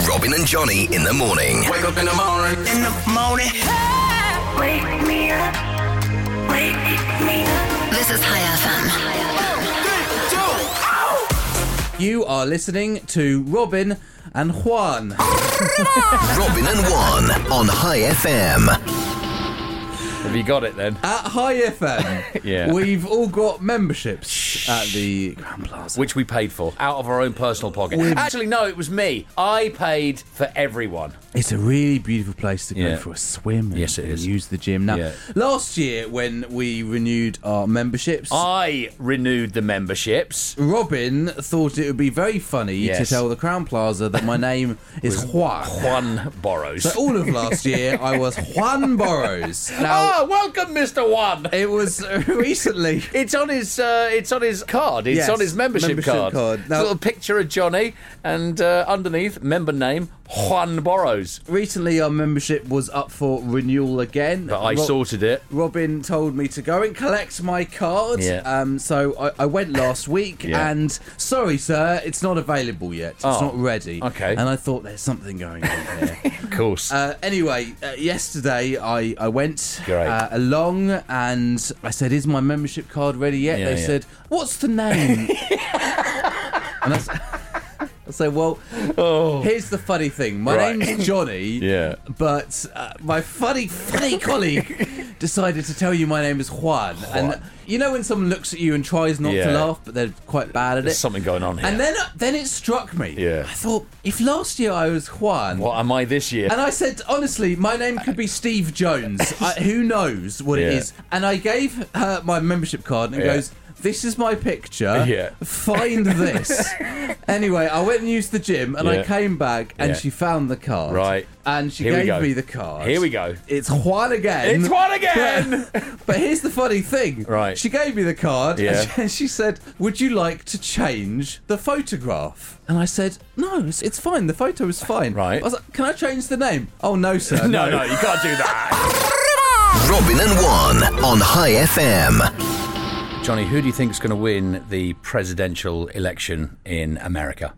Speaker 1: Robin and Johnny in the morning.
Speaker 6: Wake up in the morning. In the morning.
Speaker 9: Wake me up. Wake me up.
Speaker 7: This is High FM.
Speaker 3: you are listening to Robin and Juan.
Speaker 1: Robin and Juan on High FM.
Speaker 2: Have you got it then?
Speaker 3: At High FM,
Speaker 2: Yeah.
Speaker 3: we've all got memberships at the Grand Plaza.
Speaker 2: which we paid for out of our own personal pocket. Actually, no, it was me. I paid for everyone.
Speaker 3: It's a really beautiful place to go
Speaker 2: Yeah.
Speaker 3: for a swim. And,
Speaker 2: Yes, it
Speaker 3: and
Speaker 2: is.
Speaker 3: Use the gym now.
Speaker 2: Yeah.
Speaker 3: Last year, when we renewed our memberships,
Speaker 2: I renewed the memberships.
Speaker 3: Robin thought it would be very funny to
Speaker 2: Yes.
Speaker 3: tell the Crown Plaza that my name is Juan.
Speaker 2: Juan borrows.
Speaker 3: So all of last year, I was Juan Burrows. Now
Speaker 2: Ah, welcome, Mister Juan.
Speaker 3: it was recently.
Speaker 2: It's on his. Uh, it's on his card. It's
Speaker 3: Yes,
Speaker 2: on his membership,
Speaker 3: membership
Speaker 2: card.
Speaker 3: card.
Speaker 2: It's
Speaker 3: Now-
Speaker 2: a little picture of Johnny, and uh, underneath member name Juan borrows.
Speaker 3: Recently, our membership was up for renewal again.
Speaker 2: But I
Speaker 3: Ro-
Speaker 2: sorted it.
Speaker 3: Robin told me to go and collect my card.
Speaker 2: Yeah.
Speaker 3: Um, so I, I went last week,
Speaker 2: Yeah.
Speaker 3: and sorry, sir, it's not available yet. It's
Speaker 2: Oh,
Speaker 3: not ready.
Speaker 2: okay.
Speaker 3: And I thought there's something going on here.
Speaker 2: course.
Speaker 3: Uh, anyway, uh, yesterday I, I went
Speaker 2: Great.
Speaker 3: uh, along and I said, Is my membership card ready yet?
Speaker 2: Yeah,
Speaker 3: they
Speaker 2: yeah.
Speaker 3: said, What's the name? and I, s- I said, Well, here's the funny thing. My
Speaker 2: Oh. Right.
Speaker 3: name's Johnny,
Speaker 2: Yeah.
Speaker 3: but uh, my funny, funny colleague decided to tell you my name is Juan. And you know when someone looks at you and tries not
Speaker 2: Yeah.
Speaker 3: to laugh, but they're quite bad at
Speaker 2: There's
Speaker 3: it?
Speaker 2: something going on here.
Speaker 3: And then, uh, then it struck me.
Speaker 2: Yeah.
Speaker 3: I thought, if last year I was Juan,
Speaker 2: what am I this year?
Speaker 3: and I said, honestly, my name could be Steve Jones. I, who knows what it
Speaker 2: Yeah.
Speaker 3: is? And I gave her my membership card and it
Speaker 2: Yeah.
Speaker 3: goes, this is my picture.
Speaker 2: Yeah.
Speaker 3: Find this. anyway, I went and used the gym and
Speaker 2: Yeah.
Speaker 3: I came back and
Speaker 2: Yeah.
Speaker 3: she found the card.
Speaker 2: Right.
Speaker 3: And she
Speaker 2: Here we go.
Speaker 3: gave me the card.
Speaker 2: Here we go.
Speaker 3: It's Juan again.
Speaker 2: It's Juan again!
Speaker 3: But, but here's the funny thing.
Speaker 2: Right.
Speaker 3: She gave me the card
Speaker 2: Yeah.
Speaker 3: and, she, and she said, Would you like to change the photograph? And I said, No, it's, it's fine. The photo is fine.
Speaker 2: Right.
Speaker 3: I was like, Can I change the name? Oh, no, sir.
Speaker 2: no, no, you can't do that.
Speaker 1: Robin and Juan on High FM.
Speaker 2: Johnny, who do you think's going to win the presidential election in America?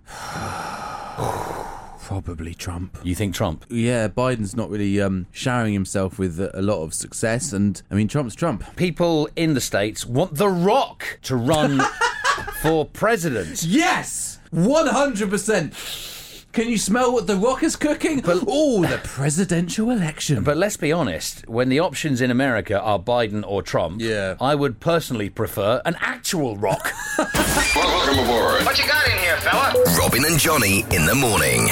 Speaker 3: Probably Trump.
Speaker 2: You think Trump?
Speaker 3: Yeah, Biden's not really um, showering himself with a a lot of success. And I mean, Trump's Trump.
Speaker 2: People in the States want The Rock to run for president.
Speaker 3: Yes! 100%. Can you smell what The Rock is cooking? oh, the presidential election.
Speaker 2: But let's be honest, when the options in America are Biden or Trump,
Speaker 3: Yeah.
Speaker 2: I would personally prefer an actual rock.
Speaker 10: Welcome aboard. What you got in here, fella?
Speaker 1: Robin and Johnny in the morning.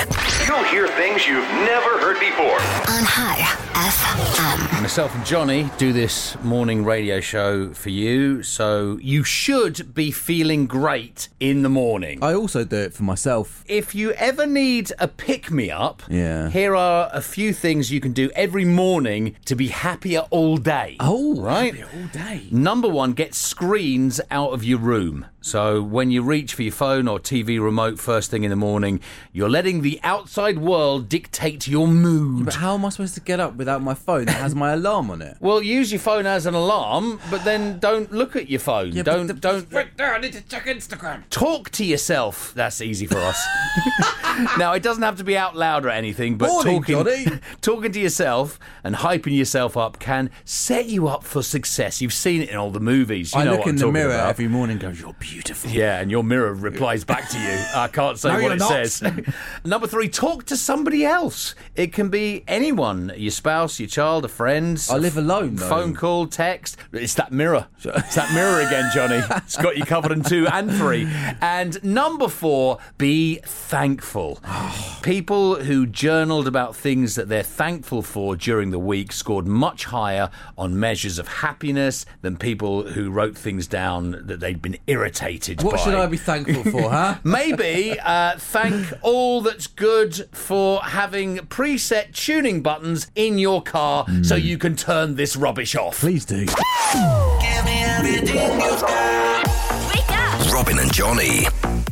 Speaker 10: You'll hear things you've never heard before.
Speaker 7: On High FM.
Speaker 2: Myself and Johnny do this morning radio show for you, so you should be feeling great in the morning.
Speaker 3: I also do it for myself.
Speaker 2: if you ever need a pick me up,
Speaker 3: Yeah.
Speaker 2: here are a few things you can do every morning to be happier all day.
Speaker 3: Oh,
Speaker 2: right.
Speaker 3: All day.
Speaker 2: Number one, get screens out of your room. So when you reach for your phone or TV remote first thing in the morning, you're letting the outside world dictate your mood.
Speaker 3: But how am I supposed to get up without my phone that has my alarm on it?
Speaker 2: Well, use your phone as an alarm, but then don't look at your phone. don't don't
Speaker 3: there, I need to check Instagram.
Speaker 2: talk to yourself. That's easy for us. now it doesn't have to be out loud or anything, but
Speaker 3: Morning, Johnny.
Speaker 2: talking talking to yourself and hyping yourself up can set you up for success. You've seen it in all the movies. You
Speaker 3: I
Speaker 2: know
Speaker 3: look
Speaker 2: what
Speaker 3: in
Speaker 2: I'm
Speaker 3: the
Speaker 2: talking
Speaker 3: mirror
Speaker 2: about.
Speaker 3: every morning and go, You're beautiful.
Speaker 2: Yeah, and your mirror replies back to you. I can't say
Speaker 3: No,
Speaker 2: what
Speaker 3: you're
Speaker 2: it
Speaker 3: not.
Speaker 2: says. Number three, talk to somebody else. It can be anyone your spouse, your child, a friend.
Speaker 3: I live alone, though.
Speaker 2: Phone call, text. It's that mirror. It's that mirror again, Johnny. It's got you covered in two and three. And number four, be thankful. People who journaled about things that they're thankful for during the week scored much higher on measures of happiness than people who wrote things down that they'd been irritated
Speaker 3: What
Speaker 2: by.
Speaker 3: should I be thankful for, huh?
Speaker 2: Maybe uh, thank all that's good for having preset tuning buttons in your car so you can turn this rubbish off.
Speaker 3: Hmm. Please do.
Speaker 9: Wake up!
Speaker 1: Robin and Johnny.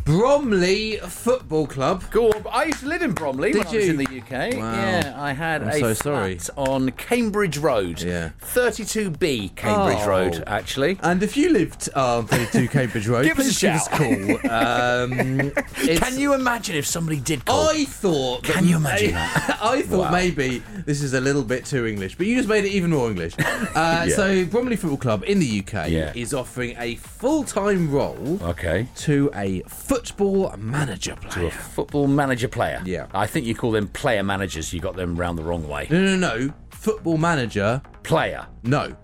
Speaker 3: Bromley Football Club.
Speaker 2: Go on. I used to live in Bromley
Speaker 3: Did
Speaker 2: when I was
Speaker 3: you?
Speaker 2: in the UK.
Speaker 3: Wow.
Speaker 2: Yeah, I had
Speaker 3: I'm
Speaker 2: a
Speaker 3: so
Speaker 2: flat
Speaker 3: sorry.
Speaker 2: on Cambridge Road.
Speaker 3: Yeah.
Speaker 2: 32B Cambridge
Speaker 3: Oh.
Speaker 2: Road, actually.
Speaker 3: And if you lived on 32 Cambridge Road,
Speaker 2: Give us a
Speaker 3: please give us
Speaker 2: shout.
Speaker 3: a call. Um,
Speaker 2: Can you imagine if somebody did call?
Speaker 3: I thought. that-
Speaker 2: Can you imagine that?
Speaker 3: I thought maybe this is a little bit too English, but you just made it even more English. Uh, So Bromley Football Club in the UK
Speaker 2: Yeah.
Speaker 3: is offering a full-time role
Speaker 2: Okay.
Speaker 3: to a football manager
Speaker 2: To a
Speaker 3: player.
Speaker 2: football manager player.
Speaker 3: Yeah.
Speaker 2: I think you call them player managers. You got them round the wrong way.
Speaker 3: No, no, no. Football manager.
Speaker 2: Player.
Speaker 3: No.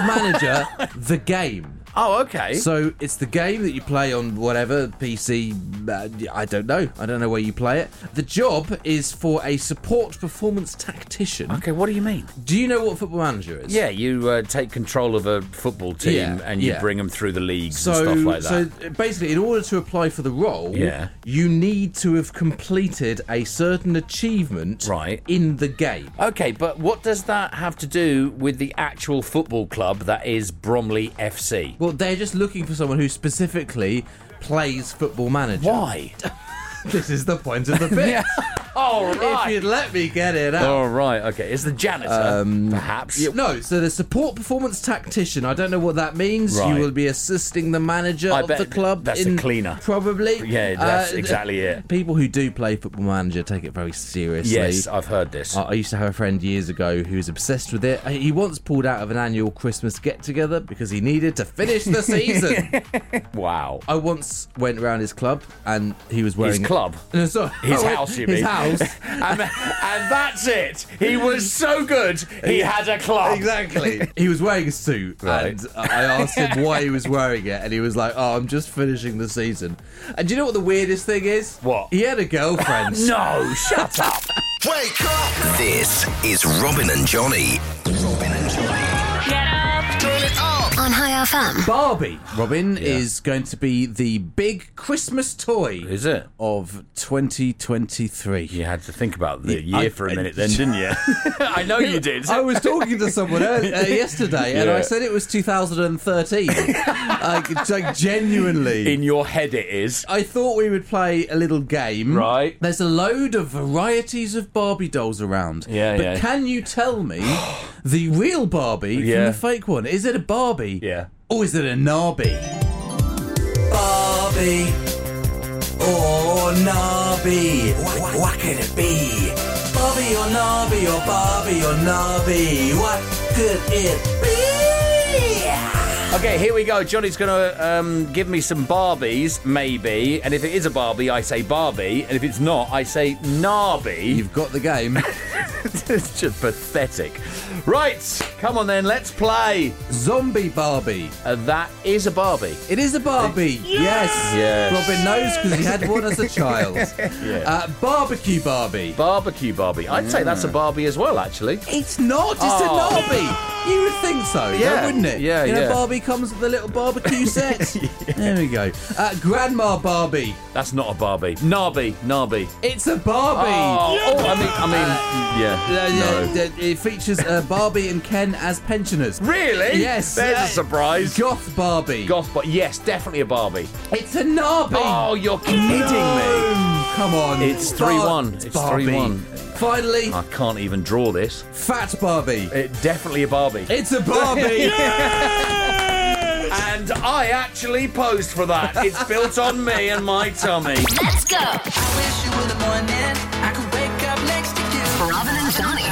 Speaker 3: manager. the game.
Speaker 2: Oh, okay.
Speaker 3: So it's the game that you play on whatever PC. Uh, I don't know. I don't know where you play it. The job is for a support performance tactician.
Speaker 2: okay, what do you mean?
Speaker 3: Do you know what football manager is?
Speaker 2: Yeah, you uh, take control of a football team
Speaker 3: Yeah,
Speaker 2: and you
Speaker 3: yeah.
Speaker 2: bring them through the leagues
Speaker 3: So,
Speaker 2: and stuff like that.
Speaker 3: so basically, in order to apply for the role,
Speaker 2: Yeah.
Speaker 3: you need to have completed a certain achievement
Speaker 2: Right.
Speaker 3: in the game.
Speaker 2: Okay, but what does that have to do with the actual football club that is Bromley FC?
Speaker 3: Well, they're just looking for someone who specifically plays football manager.
Speaker 2: Why?
Speaker 3: This is the point of the bit.
Speaker 2: All
Speaker 3: If you'd let me get it out.
Speaker 2: All right. Okay. It's the janitor, perhaps.
Speaker 3: Yeah, no, so the support performance tactician. I don't know what that means.
Speaker 2: Right.
Speaker 3: You will be assisting the manager
Speaker 2: I
Speaker 3: of
Speaker 2: bet
Speaker 3: the club.
Speaker 2: that's the
Speaker 3: in-
Speaker 2: cleaner.
Speaker 3: probably.
Speaker 2: Yeah, that's
Speaker 3: Uh,
Speaker 2: exactly it.
Speaker 3: People who do play football manager take it very seriously.
Speaker 2: Yes, I've heard this.
Speaker 3: I I used to have a friend years ago who was obsessed with it. Uh, He once pulled out of an annual Christmas get together because he needed to finish the season.
Speaker 2: wow.
Speaker 3: I once went around his club and he was wearing
Speaker 2: club?
Speaker 3: No, sorry,
Speaker 2: His
Speaker 3: I went-
Speaker 2: house, you
Speaker 3: his
Speaker 2: mean?
Speaker 3: house.
Speaker 2: and, and that's it. He was so good. He had a club.
Speaker 3: Exactly. he was wearing a suit,
Speaker 2: Right.
Speaker 3: and I asked him why he was wearing it, and he was like, "Oh, I'm just finishing the season." And do you know what the weirdest thing is?
Speaker 2: What?
Speaker 3: He had a girlfriend.
Speaker 2: No, shut up.
Speaker 1: Wake up! This is Robin and Johnny. Robin and Johnny.
Speaker 9: Get up.
Speaker 1: Turn it up!
Speaker 7: on High FM.
Speaker 3: Barbie. Robin is going to be the big Christmas toy
Speaker 2: Is it?
Speaker 3: of 2023.
Speaker 2: You had to think about the
Speaker 3: Yeah,
Speaker 2: year
Speaker 3: I-
Speaker 2: for
Speaker 3: I-
Speaker 2: a minute, then, didn't you? I know you did.
Speaker 3: I was talking to someone ear- uh, yesterday, and
Speaker 2: Yeah.
Speaker 3: I said it was 2013. like, like genuinely.
Speaker 2: In your head, it is.
Speaker 3: I thought we would play a little game.
Speaker 2: Right.
Speaker 3: There's a load of varieties of Barbie dolls around.
Speaker 2: Yeah,
Speaker 3: But
Speaker 2: yeah.
Speaker 3: can you tell me the real Barbie
Speaker 2: Yeah.
Speaker 3: from the fake one? Is it a Barbie?
Speaker 2: Yeah.
Speaker 3: Or is it a Narby?
Speaker 4: Barbie or Nobby? What, what, what could it be? Bobby or Nobby or Barbie or Nobby? What could it be?
Speaker 2: Okay, here we go. Johnny's going to um, give me some Barbies, maybe. And if it is a Barbie, I say Barbie. And if it's not, I say Narby.
Speaker 3: You've got the game.
Speaker 2: it's just pathetic. Right, come on then, let's play.
Speaker 3: Zombie Barbie.
Speaker 2: Uh, that is a Barbie.
Speaker 3: It is a Barbie. Yes.
Speaker 2: Yes.
Speaker 3: Robin knows because he had one as a child. uh, barbecue Barbie.
Speaker 2: Barbecue Barbie. I'd say that's a Barbie as well, actually.
Speaker 3: It's not. It's
Speaker 2: Oh.
Speaker 3: a Barbie. You would think so,
Speaker 2: Yeah.
Speaker 3: though, wouldn't it?
Speaker 2: Yeah,
Speaker 3: you know,
Speaker 2: yeah.
Speaker 3: Barbie comes with a little barbecue set. There we go. Uh, Grandma Barbie.
Speaker 2: That's not a Barbie. Narby, Narby.
Speaker 3: It's a Barbie.
Speaker 2: Oh, oh, I mean, I mean,
Speaker 3: Uh,
Speaker 2: yeah.
Speaker 3: yeah, d- It features uh, Barbie and Ken as pensioners.
Speaker 2: No. Really?
Speaker 3: Yes.
Speaker 2: There's
Speaker 3: Uh,
Speaker 2: a surprise.
Speaker 3: Goth Barbie.
Speaker 2: Goth, but yes, definitely a Barbie.
Speaker 3: It's a Narby.
Speaker 2: Oh, you're kidding me.
Speaker 3: Oh, Come on.
Speaker 2: It's
Speaker 3: Bar-
Speaker 2: 3-1. It's Ah.
Speaker 3: Barbie.
Speaker 2: 3-1.
Speaker 3: Finally,
Speaker 2: I can't even draw this.
Speaker 3: Fat Barbie.
Speaker 2: It, definitely a Barbie.
Speaker 3: It's a Barbie.
Speaker 2: And I actually posed for that. It's built on me and my tummy.
Speaker 7: Let's go.
Speaker 4: I wish you were the morning. I could wake up next to you.
Speaker 7: Robin and Johnny.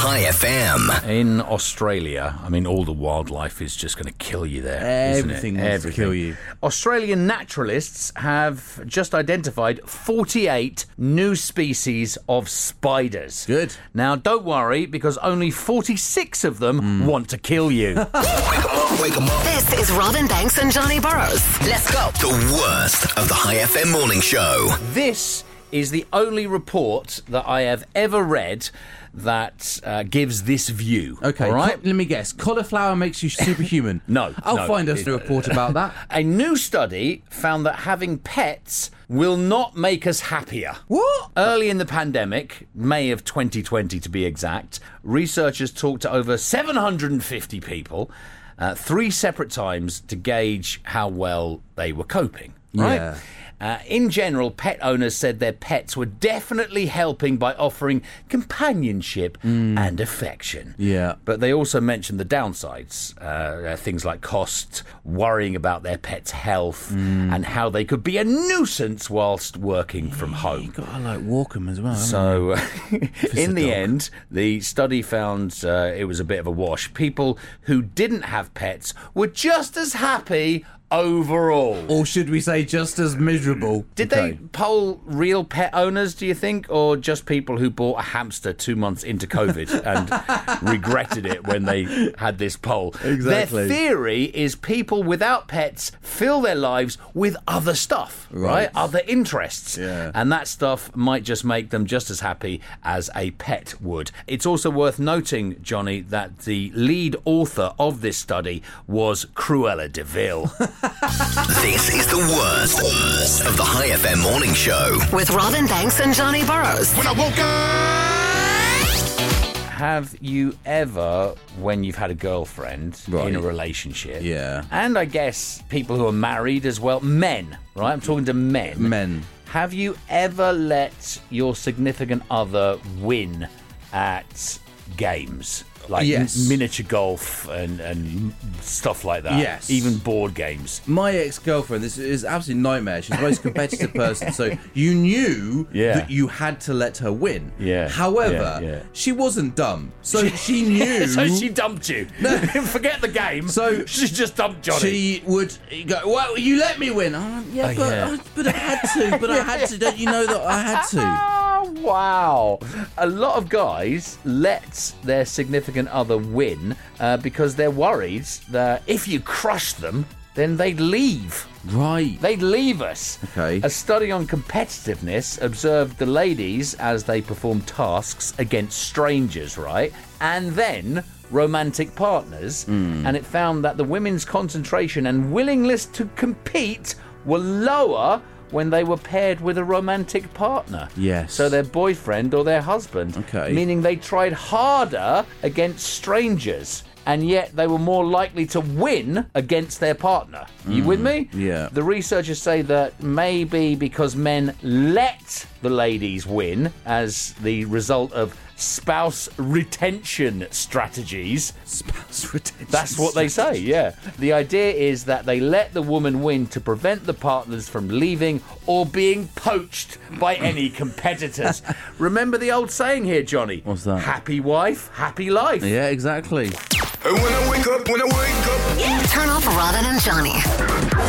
Speaker 1: High FM.
Speaker 2: In Australia, I mean, all the wildlife is just going to kill you there. isn't it?
Speaker 3: Everything wants to kill you.
Speaker 2: Australian naturalists have just identified 48 new species of spiders.
Speaker 3: Good.
Speaker 2: Now, don't worry, because only 46 of them
Speaker 3: Hmm.
Speaker 2: want to kill you.
Speaker 1: Wake 'em up.
Speaker 7: This is Robin Banks and Johnny Burrows. Let's go.
Speaker 1: The worst of the High FM morning show.
Speaker 2: this is the only report that I have ever read that uh, gives this view.
Speaker 3: Okay,
Speaker 2: All right?
Speaker 3: ca- let me guess. Cauliflower makes you superhuman.
Speaker 2: No,
Speaker 3: I'll
Speaker 2: no,
Speaker 3: find us
Speaker 2: it-
Speaker 3: the report about that.
Speaker 2: A new study found that having pets will not make us happier.
Speaker 3: What?
Speaker 2: Early in the pandemic, May of 2020 to be exact, researchers talked to over 750 people uh, three separate times to gauge how well they were coping. Right?
Speaker 3: Yeah.
Speaker 2: Uh, in general, pet owners said their pets were definitely helping by offering companionship
Speaker 3: Hmm.
Speaker 2: and affection.
Speaker 3: Yeah.
Speaker 2: But they also mentioned the downsides, uh, uh, things like cost, worrying about their pet's health,
Speaker 3: Mm.
Speaker 2: and how they could be a nuisance whilst working from home.
Speaker 3: I like Walkham as well.
Speaker 2: So, in the
Speaker 3: dog.
Speaker 2: end, the study found uh, it was a bit of a wash. People who didn't have pets were just as happy overall.
Speaker 3: or should we say just as miserable?
Speaker 2: Did they poll real pet owners, do you think, or just people who bought a hamster two months into COVID and regretted it when they had this poll?
Speaker 3: Exactly.
Speaker 2: Their theory is people without pets fill their lives with other stuff, right?
Speaker 3: Right.
Speaker 2: Other interests.
Speaker 3: Yeah.
Speaker 2: And that stuff might just make them just as happy as a pet would. It's also worth noting, Johnny, that the lead author of this study was Cruella de Vil.
Speaker 1: This is the worst of the High FM morning show.
Speaker 7: With Robin Banks and Johnny Burrows.
Speaker 1: When I woke up.
Speaker 2: have you ever, when you've had a girlfriend in a relationship, yeah, and I guess people who are married as well, men, right? I'm talking to men.
Speaker 3: Men.
Speaker 2: Have you ever let your significant other win at games? Like
Speaker 3: Yes.
Speaker 2: miniature golf and, and stuff like that.
Speaker 3: Yes.
Speaker 2: Even board games.
Speaker 3: My ex girlfriend, this is absolute nightmare. She's the most competitive person, so you knew
Speaker 2: Yeah.
Speaker 3: that you had to let her win.
Speaker 2: Yeah, yeah,
Speaker 3: However,
Speaker 2: yeah.
Speaker 3: she wasn't dumb, so she knew.
Speaker 2: so she dumped you. Forget the game.
Speaker 3: So-
Speaker 2: she just dumped Johnny.
Speaker 3: She would go, Well, you let me win. Oh, yeah,
Speaker 2: Oh,
Speaker 3: but,
Speaker 2: yeah.
Speaker 3: I, but I had to. But I had to. Don't you know that I had to?
Speaker 2: Oh, wow. A lot of guys let their significant other win uh, because they're worried that if you crush them, then they'd leave.
Speaker 3: Right.
Speaker 2: They'd leave us.
Speaker 3: Okay.
Speaker 2: A study on competitiveness observed the ladies as they performed tasks against strangers, right? And then romantic partners.
Speaker 3: Hmm.
Speaker 2: And it found that the women's concentration and willingness to compete were lower when they were paired with a romantic partner.
Speaker 3: Yes.
Speaker 2: So their boyfriend or their husband.
Speaker 3: Okay.
Speaker 2: Meaning they tried harder against strangers. And yet, they were more likely to win against their partner.
Speaker 3: Hmm.
Speaker 2: You with me?
Speaker 3: Yeah.
Speaker 2: The researchers say that maybe because men let the ladies win as the result of spouse retention strategies.
Speaker 3: Spouse retention.
Speaker 2: That's what they say, yeah. The idea is that they let the woman win to prevent the partners from leaving or being poached by any competitors. Remember the old saying here, Johnny?
Speaker 3: What's that?
Speaker 2: Happy wife, happy life.
Speaker 3: Yeah, exactly.
Speaker 5: when I wake up, when I wake up.
Speaker 7: Turn off Robin and Johnny.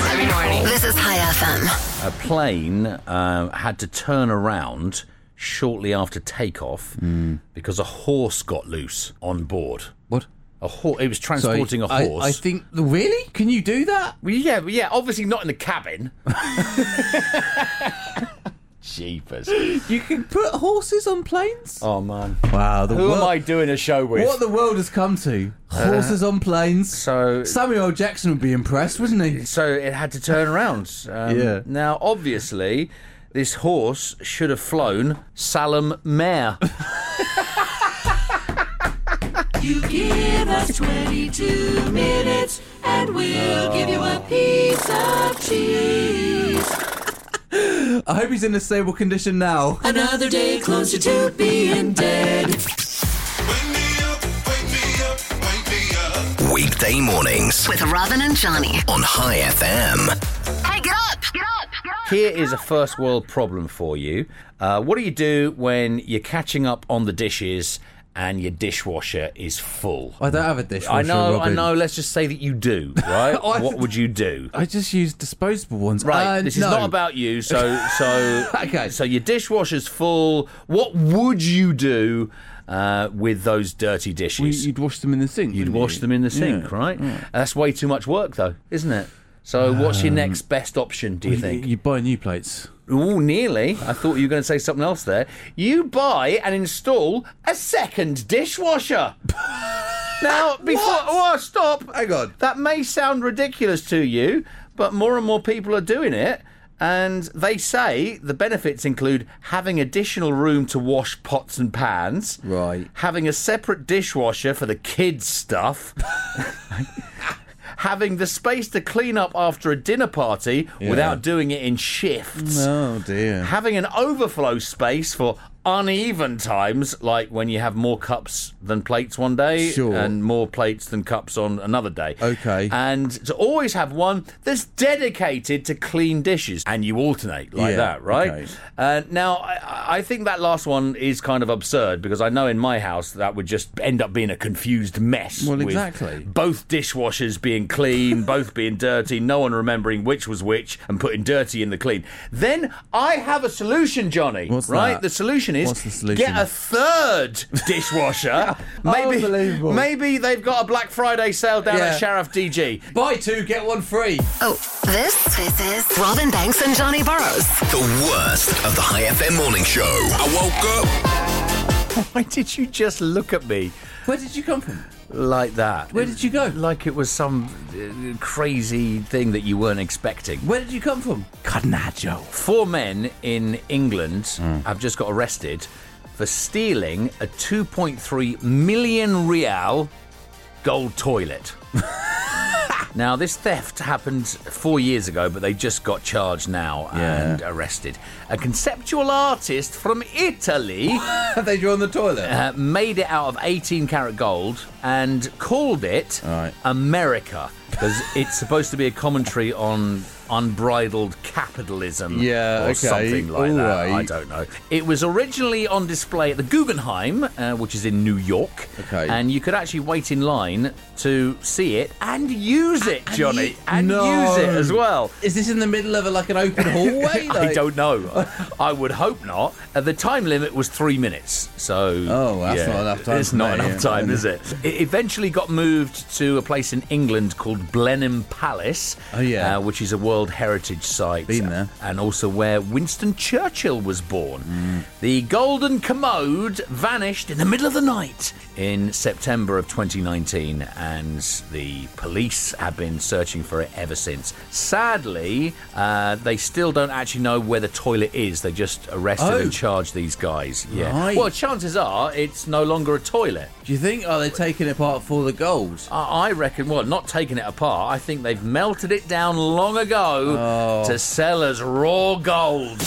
Speaker 7: Every morning. This is High FM.
Speaker 2: A plane uh, had to turn around shortly after takeoff
Speaker 3: Hmm.
Speaker 2: because a horse got loose on board.
Speaker 3: What?
Speaker 2: A horse. It was transporting a horse.
Speaker 3: I, I think. Really? Can you do that?
Speaker 2: Well, yeah, well, yeah. Obviously not in the cabin. Jeepers!
Speaker 3: You can put horses on planes?
Speaker 2: Oh man,
Speaker 3: Wow. The
Speaker 2: who
Speaker 3: world,
Speaker 2: am I doing a show with?
Speaker 3: What the world has come to. Horses on planes.
Speaker 2: so-
Speaker 3: Samuel L. Jackson would be impressed, wouldn't he?
Speaker 2: so it had to turn around. Um,
Speaker 3: Yeah.
Speaker 2: Now, obviously, this horse should have flown Salem Mare.
Speaker 4: You give us 22 minutes and we'll give you a piece of cheese.
Speaker 3: I hope he's in a stable condition now.
Speaker 4: Another day closer to being dead.
Speaker 1: Weekday mornings
Speaker 7: With Robin and Johnny.
Speaker 1: on High FM.
Speaker 7: Hey, get up! Get up! Get up!
Speaker 2: Here is a first world problem for you. Uh, what do you do when you're catching up on the dishes and your dishwasher is full?
Speaker 3: I don't have a dishwasher.
Speaker 2: I know, I
Speaker 3: Robin.
Speaker 2: know. Let's just say that you do, right?
Speaker 3: I-
Speaker 2: what would you do?
Speaker 3: I just use disposable ones.
Speaker 2: Right,
Speaker 3: Uh,
Speaker 2: this is
Speaker 3: no.
Speaker 2: not about you. So, so
Speaker 3: Okay.
Speaker 2: So your dishwasher's full. What would you do uh, with those dirty
Speaker 3: You-
Speaker 2: dishes?
Speaker 3: You'd wash them in the sink.
Speaker 2: You'd
Speaker 3: wouldn't
Speaker 2: wash
Speaker 3: you?
Speaker 2: them in the sink,
Speaker 3: Yeah. Um,
Speaker 2: right? That's way too much work, though, isn't it? So, what's your next best option? Do you
Speaker 3: You-
Speaker 2: think?
Speaker 3: You buy new plates.
Speaker 2: Oh, nearly. I thought you were going to say something else there. You buy and install a second dishwasher. now, before. Oh, stop.
Speaker 3: Hang on.
Speaker 2: That may sound ridiculous to you, but more and more people are doing it. And they say the benefits include having additional room to wash pots and pans,
Speaker 3: Right.
Speaker 2: Having a separate dishwasher for the kids' stuff, having the space to clean up after a dinner party without doing it in shifts,
Speaker 3: Oh dear.
Speaker 2: having an overflow space for uneven times, like when you have more cups than plates one day
Speaker 3: Sure.
Speaker 2: and more plates than cups on another day.
Speaker 3: Okay.
Speaker 2: And to always have one that's dedicated to clean dishes and you alternate like
Speaker 3: Yeah,
Speaker 2: that, right?
Speaker 3: okay.
Speaker 2: Uh, now, I, I think that last one is kind of absurd because I know in my house that would just end up being a confused mess.
Speaker 3: Well,
Speaker 2: with
Speaker 3: exactly.
Speaker 2: Both dishwashers being clean, both being dirty, no one remembering which was which and putting dirty in the clean. Then I have a solution, Johnny.
Speaker 3: What's
Speaker 2: right?
Speaker 3: that?
Speaker 2: The solution is
Speaker 3: What's the solution?
Speaker 2: get a third dishwasher. maybe,
Speaker 3: Unbelievable.
Speaker 2: maybe they've got a Black Friday sale down
Speaker 3: Yeah.
Speaker 2: at Sheriff DG.
Speaker 3: Buy two, get one free.
Speaker 7: Oh, this? This is Robin Banks and Johnny Burrows.
Speaker 1: The worst of the High FM morning show.
Speaker 2: Why did you just look at me?
Speaker 3: Where did you come from?
Speaker 2: like that.
Speaker 3: Where did you go?
Speaker 2: Like it was some uh, crazy thing that you weren't expecting.
Speaker 3: Where did you come from? Carnajo.
Speaker 2: Four men in England have just got arrested for stealing a 2.3 million real gold toilet. now, this theft happened four years ago, but they just got charged now
Speaker 3: Yeah.
Speaker 2: and arrested. A conceptual artist from Italy.
Speaker 3: Have they drawn the toilet?
Speaker 2: uh, made it out of 18 karat gold and called it
Speaker 3: Right.
Speaker 2: America because it's supposed to be a commentary on unbridled capitalism
Speaker 3: Yeah,
Speaker 2: or
Speaker 3: okay,
Speaker 2: something like that. I
Speaker 3: alright.
Speaker 2: don't know. It was originally on display at the Guggenheim, uh, which is in New York.
Speaker 3: Okay.
Speaker 2: And you could actually wait in line to see it and use it, Johnny.
Speaker 3: you-
Speaker 2: And
Speaker 3: No.
Speaker 2: use it as well.
Speaker 3: Is this in the middle of a, like an open hallway?
Speaker 2: I
Speaker 3: Like-
Speaker 2: don't know. I would hope not. Uh, the time limit was three minutes, so
Speaker 3: Oh, that's not enough time
Speaker 2: It's
Speaker 3: for
Speaker 2: not
Speaker 3: me,
Speaker 2: enough time,
Speaker 3: yeah.
Speaker 2: is it? It eventually got moved to a place in England called Blenheim Palace.
Speaker 3: Oh, yeah.
Speaker 2: uh, which is a World Heritage site.
Speaker 3: Been there.
Speaker 2: and also where Winston Churchill was born.
Speaker 3: Mm.
Speaker 2: The golden commode vanished in the middle of the night in September of 2019, and the police have been searching for it ever since. Sadly, uh, they still don't actually know where the toilet is. They just arrested
Speaker 3: Oh.
Speaker 2: and charged these guys. Yeah.
Speaker 3: Right.
Speaker 2: Well, chances are it's no longer a toilet.
Speaker 3: Do you think? Are they taking it apart for the gold?
Speaker 2: I I reckon, well, not taking it apart. I think they've melted it down long ago
Speaker 3: Oh.
Speaker 2: to sell as raw gold.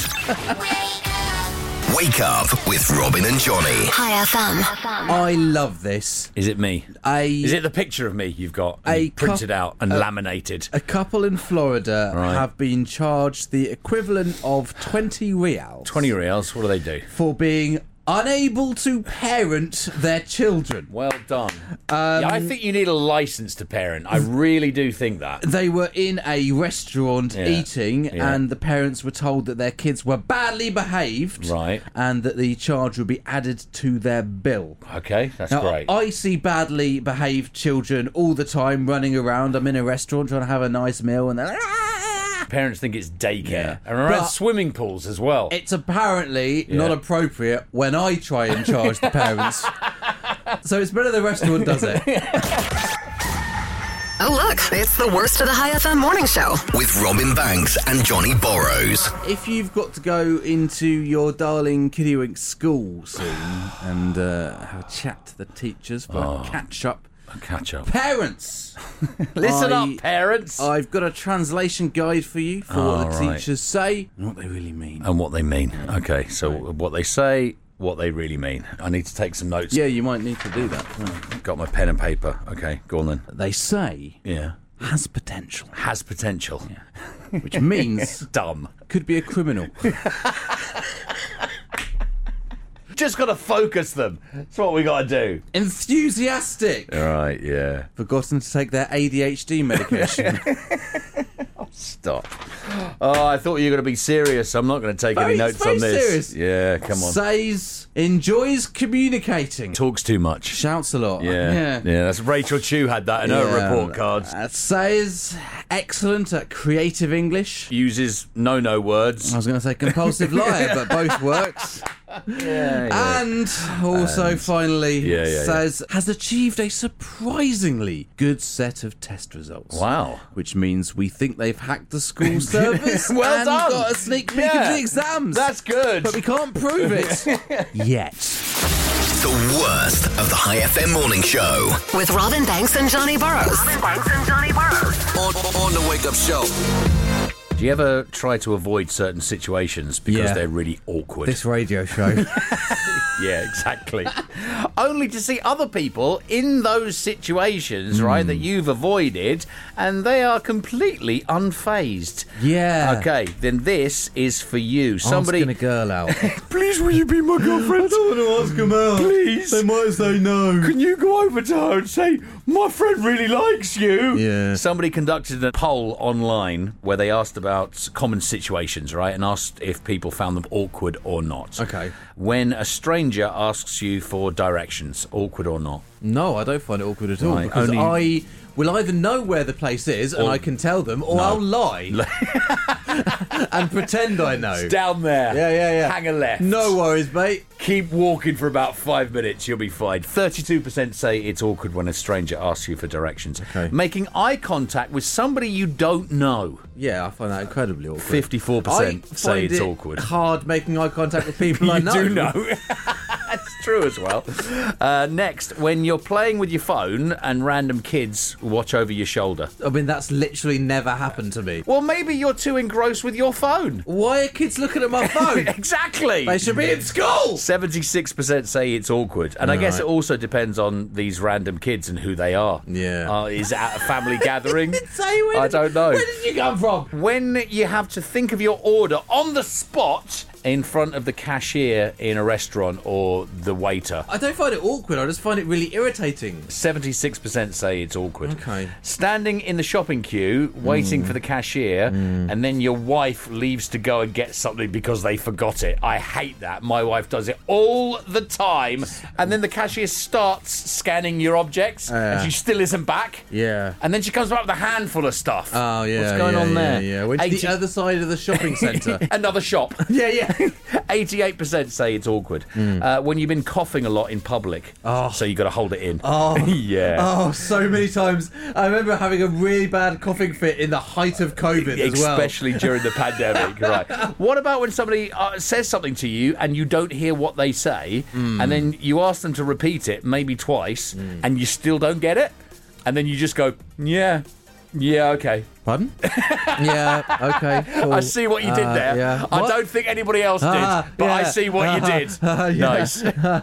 Speaker 1: Wake up with Robin and Johnny.
Speaker 7: High FM.
Speaker 3: I love this.
Speaker 2: Is it me?
Speaker 3: A
Speaker 2: Is it the picture of me you've got
Speaker 3: A
Speaker 2: and printed
Speaker 3: cup-
Speaker 2: out and laminated?
Speaker 3: a couple in Florida
Speaker 2: Right.
Speaker 3: have been charged the equivalent of twenty reals.
Speaker 2: 20 reals. What do they do?
Speaker 3: for being unable to parent their children.
Speaker 2: Well done. yeah,
Speaker 3: Um,
Speaker 2: I think you need a license to parent. I really do think that.
Speaker 3: They were in a restaurant
Speaker 2: Yeah,
Speaker 3: eating,
Speaker 2: yeah.
Speaker 3: and the parents were told that their kids were badly behaved,
Speaker 2: Right.
Speaker 3: and that the charge would be added to their bill.
Speaker 2: Okay, that's
Speaker 3: Now,
Speaker 2: great.
Speaker 3: I see badly behaved children all the time running around. I'm in a restaurant trying to have a nice meal, and "Ah!" then
Speaker 2: Parents think it's daycare
Speaker 3: Yeah.
Speaker 2: and around
Speaker 3: But-
Speaker 2: swimming pools as well.
Speaker 3: it's apparently not appropriate when I try and charge the parents. so it's better the restaurant does it.
Speaker 7: Oh, look, it's the worst of the High FM morning show.
Speaker 1: With Robin Banks and Johnny Borrows.
Speaker 3: if you've got to go into your darling Kiddywink school soon and uh, have a chat to the teachers for
Speaker 2: Oh.
Speaker 3: a catch up,
Speaker 2: Catch up.
Speaker 3: parents,
Speaker 2: Listen
Speaker 3: I-
Speaker 2: up, parents.
Speaker 3: I've got a translation guide for you for
Speaker 2: Oh,
Speaker 3: what the
Speaker 2: right.
Speaker 3: teachers say and what they really mean.
Speaker 2: and what they mean. Okay, so what they say, what they really mean. I need to take some notes.
Speaker 3: Yeah, you might need to do that.
Speaker 2: Got my pen and paper. Okay, go on then.
Speaker 3: They say
Speaker 2: Yeah.
Speaker 3: has potential,
Speaker 2: Has potential.
Speaker 3: which means
Speaker 2: Dumb.
Speaker 3: could be a criminal.
Speaker 2: Just got to focus them. That's what we got to do.
Speaker 3: Enthusiastic,
Speaker 2: Right, yeah.
Speaker 3: forgotten to take their ADHD medication.
Speaker 2: Stop. Oh, I thought you were going to be serious. I'm not going to take
Speaker 3: Very-
Speaker 2: any notes
Speaker 3: very
Speaker 2: on this.
Speaker 3: serious.
Speaker 2: Yeah, come on.
Speaker 3: Says enjoys communicating.
Speaker 2: Talks too much.
Speaker 3: Shouts a lot.
Speaker 2: Yeah. yeah. that's Rachel Chu had that in her
Speaker 3: Yeah.
Speaker 2: report cards.
Speaker 3: Uh, says excellent at creative English.
Speaker 2: Uses no no words.
Speaker 3: I was going to say compulsive liar, but both works. And also, finally,
Speaker 2: Yeah, yeah,
Speaker 3: says has achieved a surprisingly good set of test results.
Speaker 2: Wow.
Speaker 3: Which means we think they've hacked the school service
Speaker 2: Well
Speaker 3: and
Speaker 2: done.
Speaker 3: got a sneak peek
Speaker 2: Yeah.
Speaker 3: into the exams.
Speaker 2: That's good.
Speaker 3: but we can't prove it yet.
Speaker 1: The worst of the High FM morning show.
Speaker 7: With Robin Banks and Johnny Burrows. Robin Banks and Johnny Burrows.
Speaker 1: On, on the Wake Up Show.
Speaker 2: Do you ever try to avoid certain situations because
Speaker 3: Yeah.
Speaker 2: they're really awkward?
Speaker 3: This radio show.
Speaker 2: Yeah, exactly. Only to see other people in those situations, right,
Speaker 3: Hmm.
Speaker 2: that you've avoided, and they are completely unfazed.
Speaker 3: Yeah.
Speaker 2: Okay, then this is for you. Somebody.
Speaker 3: Asking a girl out.
Speaker 2: Please, will you be my girlfriend?
Speaker 3: want to ask them out.
Speaker 2: Please. They
Speaker 3: might say no.
Speaker 2: Can you go over to her and say, My friend really likes you?
Speaker 3: Yeah.
Speaker 2: Somebody conducted a poll online where they asked about common situations, right? And asked if people found them awkward or not.
Speaker 3: Okay.
Speaker 2: When a stranger asks you for directions, awkward or not.
Speaker 3: No, I don't find it awkward at all
Speaker 2: Right,
Speaker 3: because
Speaker 2: only-
Speaker 3: I will either know where the place is and
Speaker 2: Or-
Speaker 3: I can tell them, or
Speaker 2: No.
Speaker 3: I'll lie. and pretend I know.
Speaker 2: Down there.
Speaker 3: Yeah, yeah, yeah.
Speaker 2: Hang a left.
Speaker 3: No worries, mate.
Speaker 2: Keep walking for about five minutes, you'll be fine. 32% say it's awkward when a stranger asks you for directions.
Speaker 3: Okay.
Speaker 2: Making eye contact with somebody you don't know.
Speaker 3: Yeah, I find that incredibly awkward.
Speaker 2: 54%
Speaker 3: I
Speaker 2: say
Speaker 3: find
Speaker 2: it's
Speaker 3: it
Speaker 2: awkward.
Speaker 3: Hard making eye contact with people I
Speaker 2: you
Speaker 3: know.
Speaker 2: do know. That's true as well. Uh, next, when you're playing with your phone and random kids watch over your shoulder.
Speaker 3: I mean, that's literally never happened to me.
Speaker 2: Well, maybe you're too engrossed with your phone.
Speaker 3: Why are kids looking at my phone?
Speaker 2: exactly.
Speaker 3: they should be in school.
Speaker 2: 76% say it's awkward. And I guess it also depends on these random kids and who they are.
Speaker 3: Yeah.
Speaker 2: Uh, is it at a family gathering?
Speaker 3: Say, where
Speaker 2: I
Speaker 3: did-
Speaker 2: don't know.
Speaker 3: Where did you come from?
Speaker 2: When you have to think of your order on the spot in front of the cashier in a restaurant or the waiter.
Speaker 3: I don't find it awkward. I just find it really irritating.
Speaker 2: 76% say it's awkward.
Speaker 3: Okay. Hmm.
Speaker 2: Standing in the shopping queue, waiting for the cashier, and then your wife leaves to go and get something because they forgot it. I hate that. My wife does it all the time. And then the cashier starts scanning your objects, and she still isn't back.
Speaker 3: Yeah.
Speaker 2: And then she comes back with a handful of stuff.
Speaker 3: Oh yeah.
Speaker 2: What's going
Speaker 3: yeah,
Speaker 2: on there?
Speaker 3: Yeah, yeah. Went to
Speaker 2: 80
Speaker 3: the other side of the shopping centre.
Speaker 2: Another shop.
Speaker 3: yeah, yeah.
Speaker 2: 88% say it's awkward.
Speaker 3: Hmm.
Speaker 2: Uh, when you've been coughing a lot in public,
Speaker 3: Ah.
Speaker 2: so you've got to hold it in.
Speaker 3: Oh.
Speaker 2: yeah.
Speaker 3: Oh, so many times. I remember having a really bad coughing fit in the height of COVID as well.
Speaker 2: especially during the pandemic. Right. What about when somebody uh, says something to you and you don't hear what they say,
Speaker 3: Hmm.
Speaker 2: and then you ask them to repeat it maybe twice, and you still don't get it, and then you just go, "Yeah, yeah, okay."
Speaker 3: Pardon? yeah. Okay. Cool.
Speaker 2: I see what you did
Speaker 3: Uh,
Speaker 2: there.
Speaker 3: yeah.
Speaker 2: I
Speaker 3: What?
Speaker 2: don't think anybody else did,
Speaker 3: Ah,
Speaker 2: but I
Speaker 3: yeah.
Speaker 2: see what you
Speaker 3: Ah,
Speaker 2: did.
Speaker 3: ah, yeah.
Speaker 2: Nice.
Speaker 6: Gotta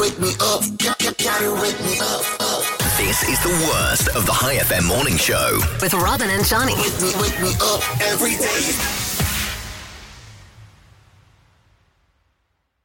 Speaker 6: wake me up. Gotta, gotta wake me up. up.
Speaker 1: This is the worst of the High FM morning show.
Speaker 7: With Robin and Johnny.
Speaker 6: Wake me, wake me up every day.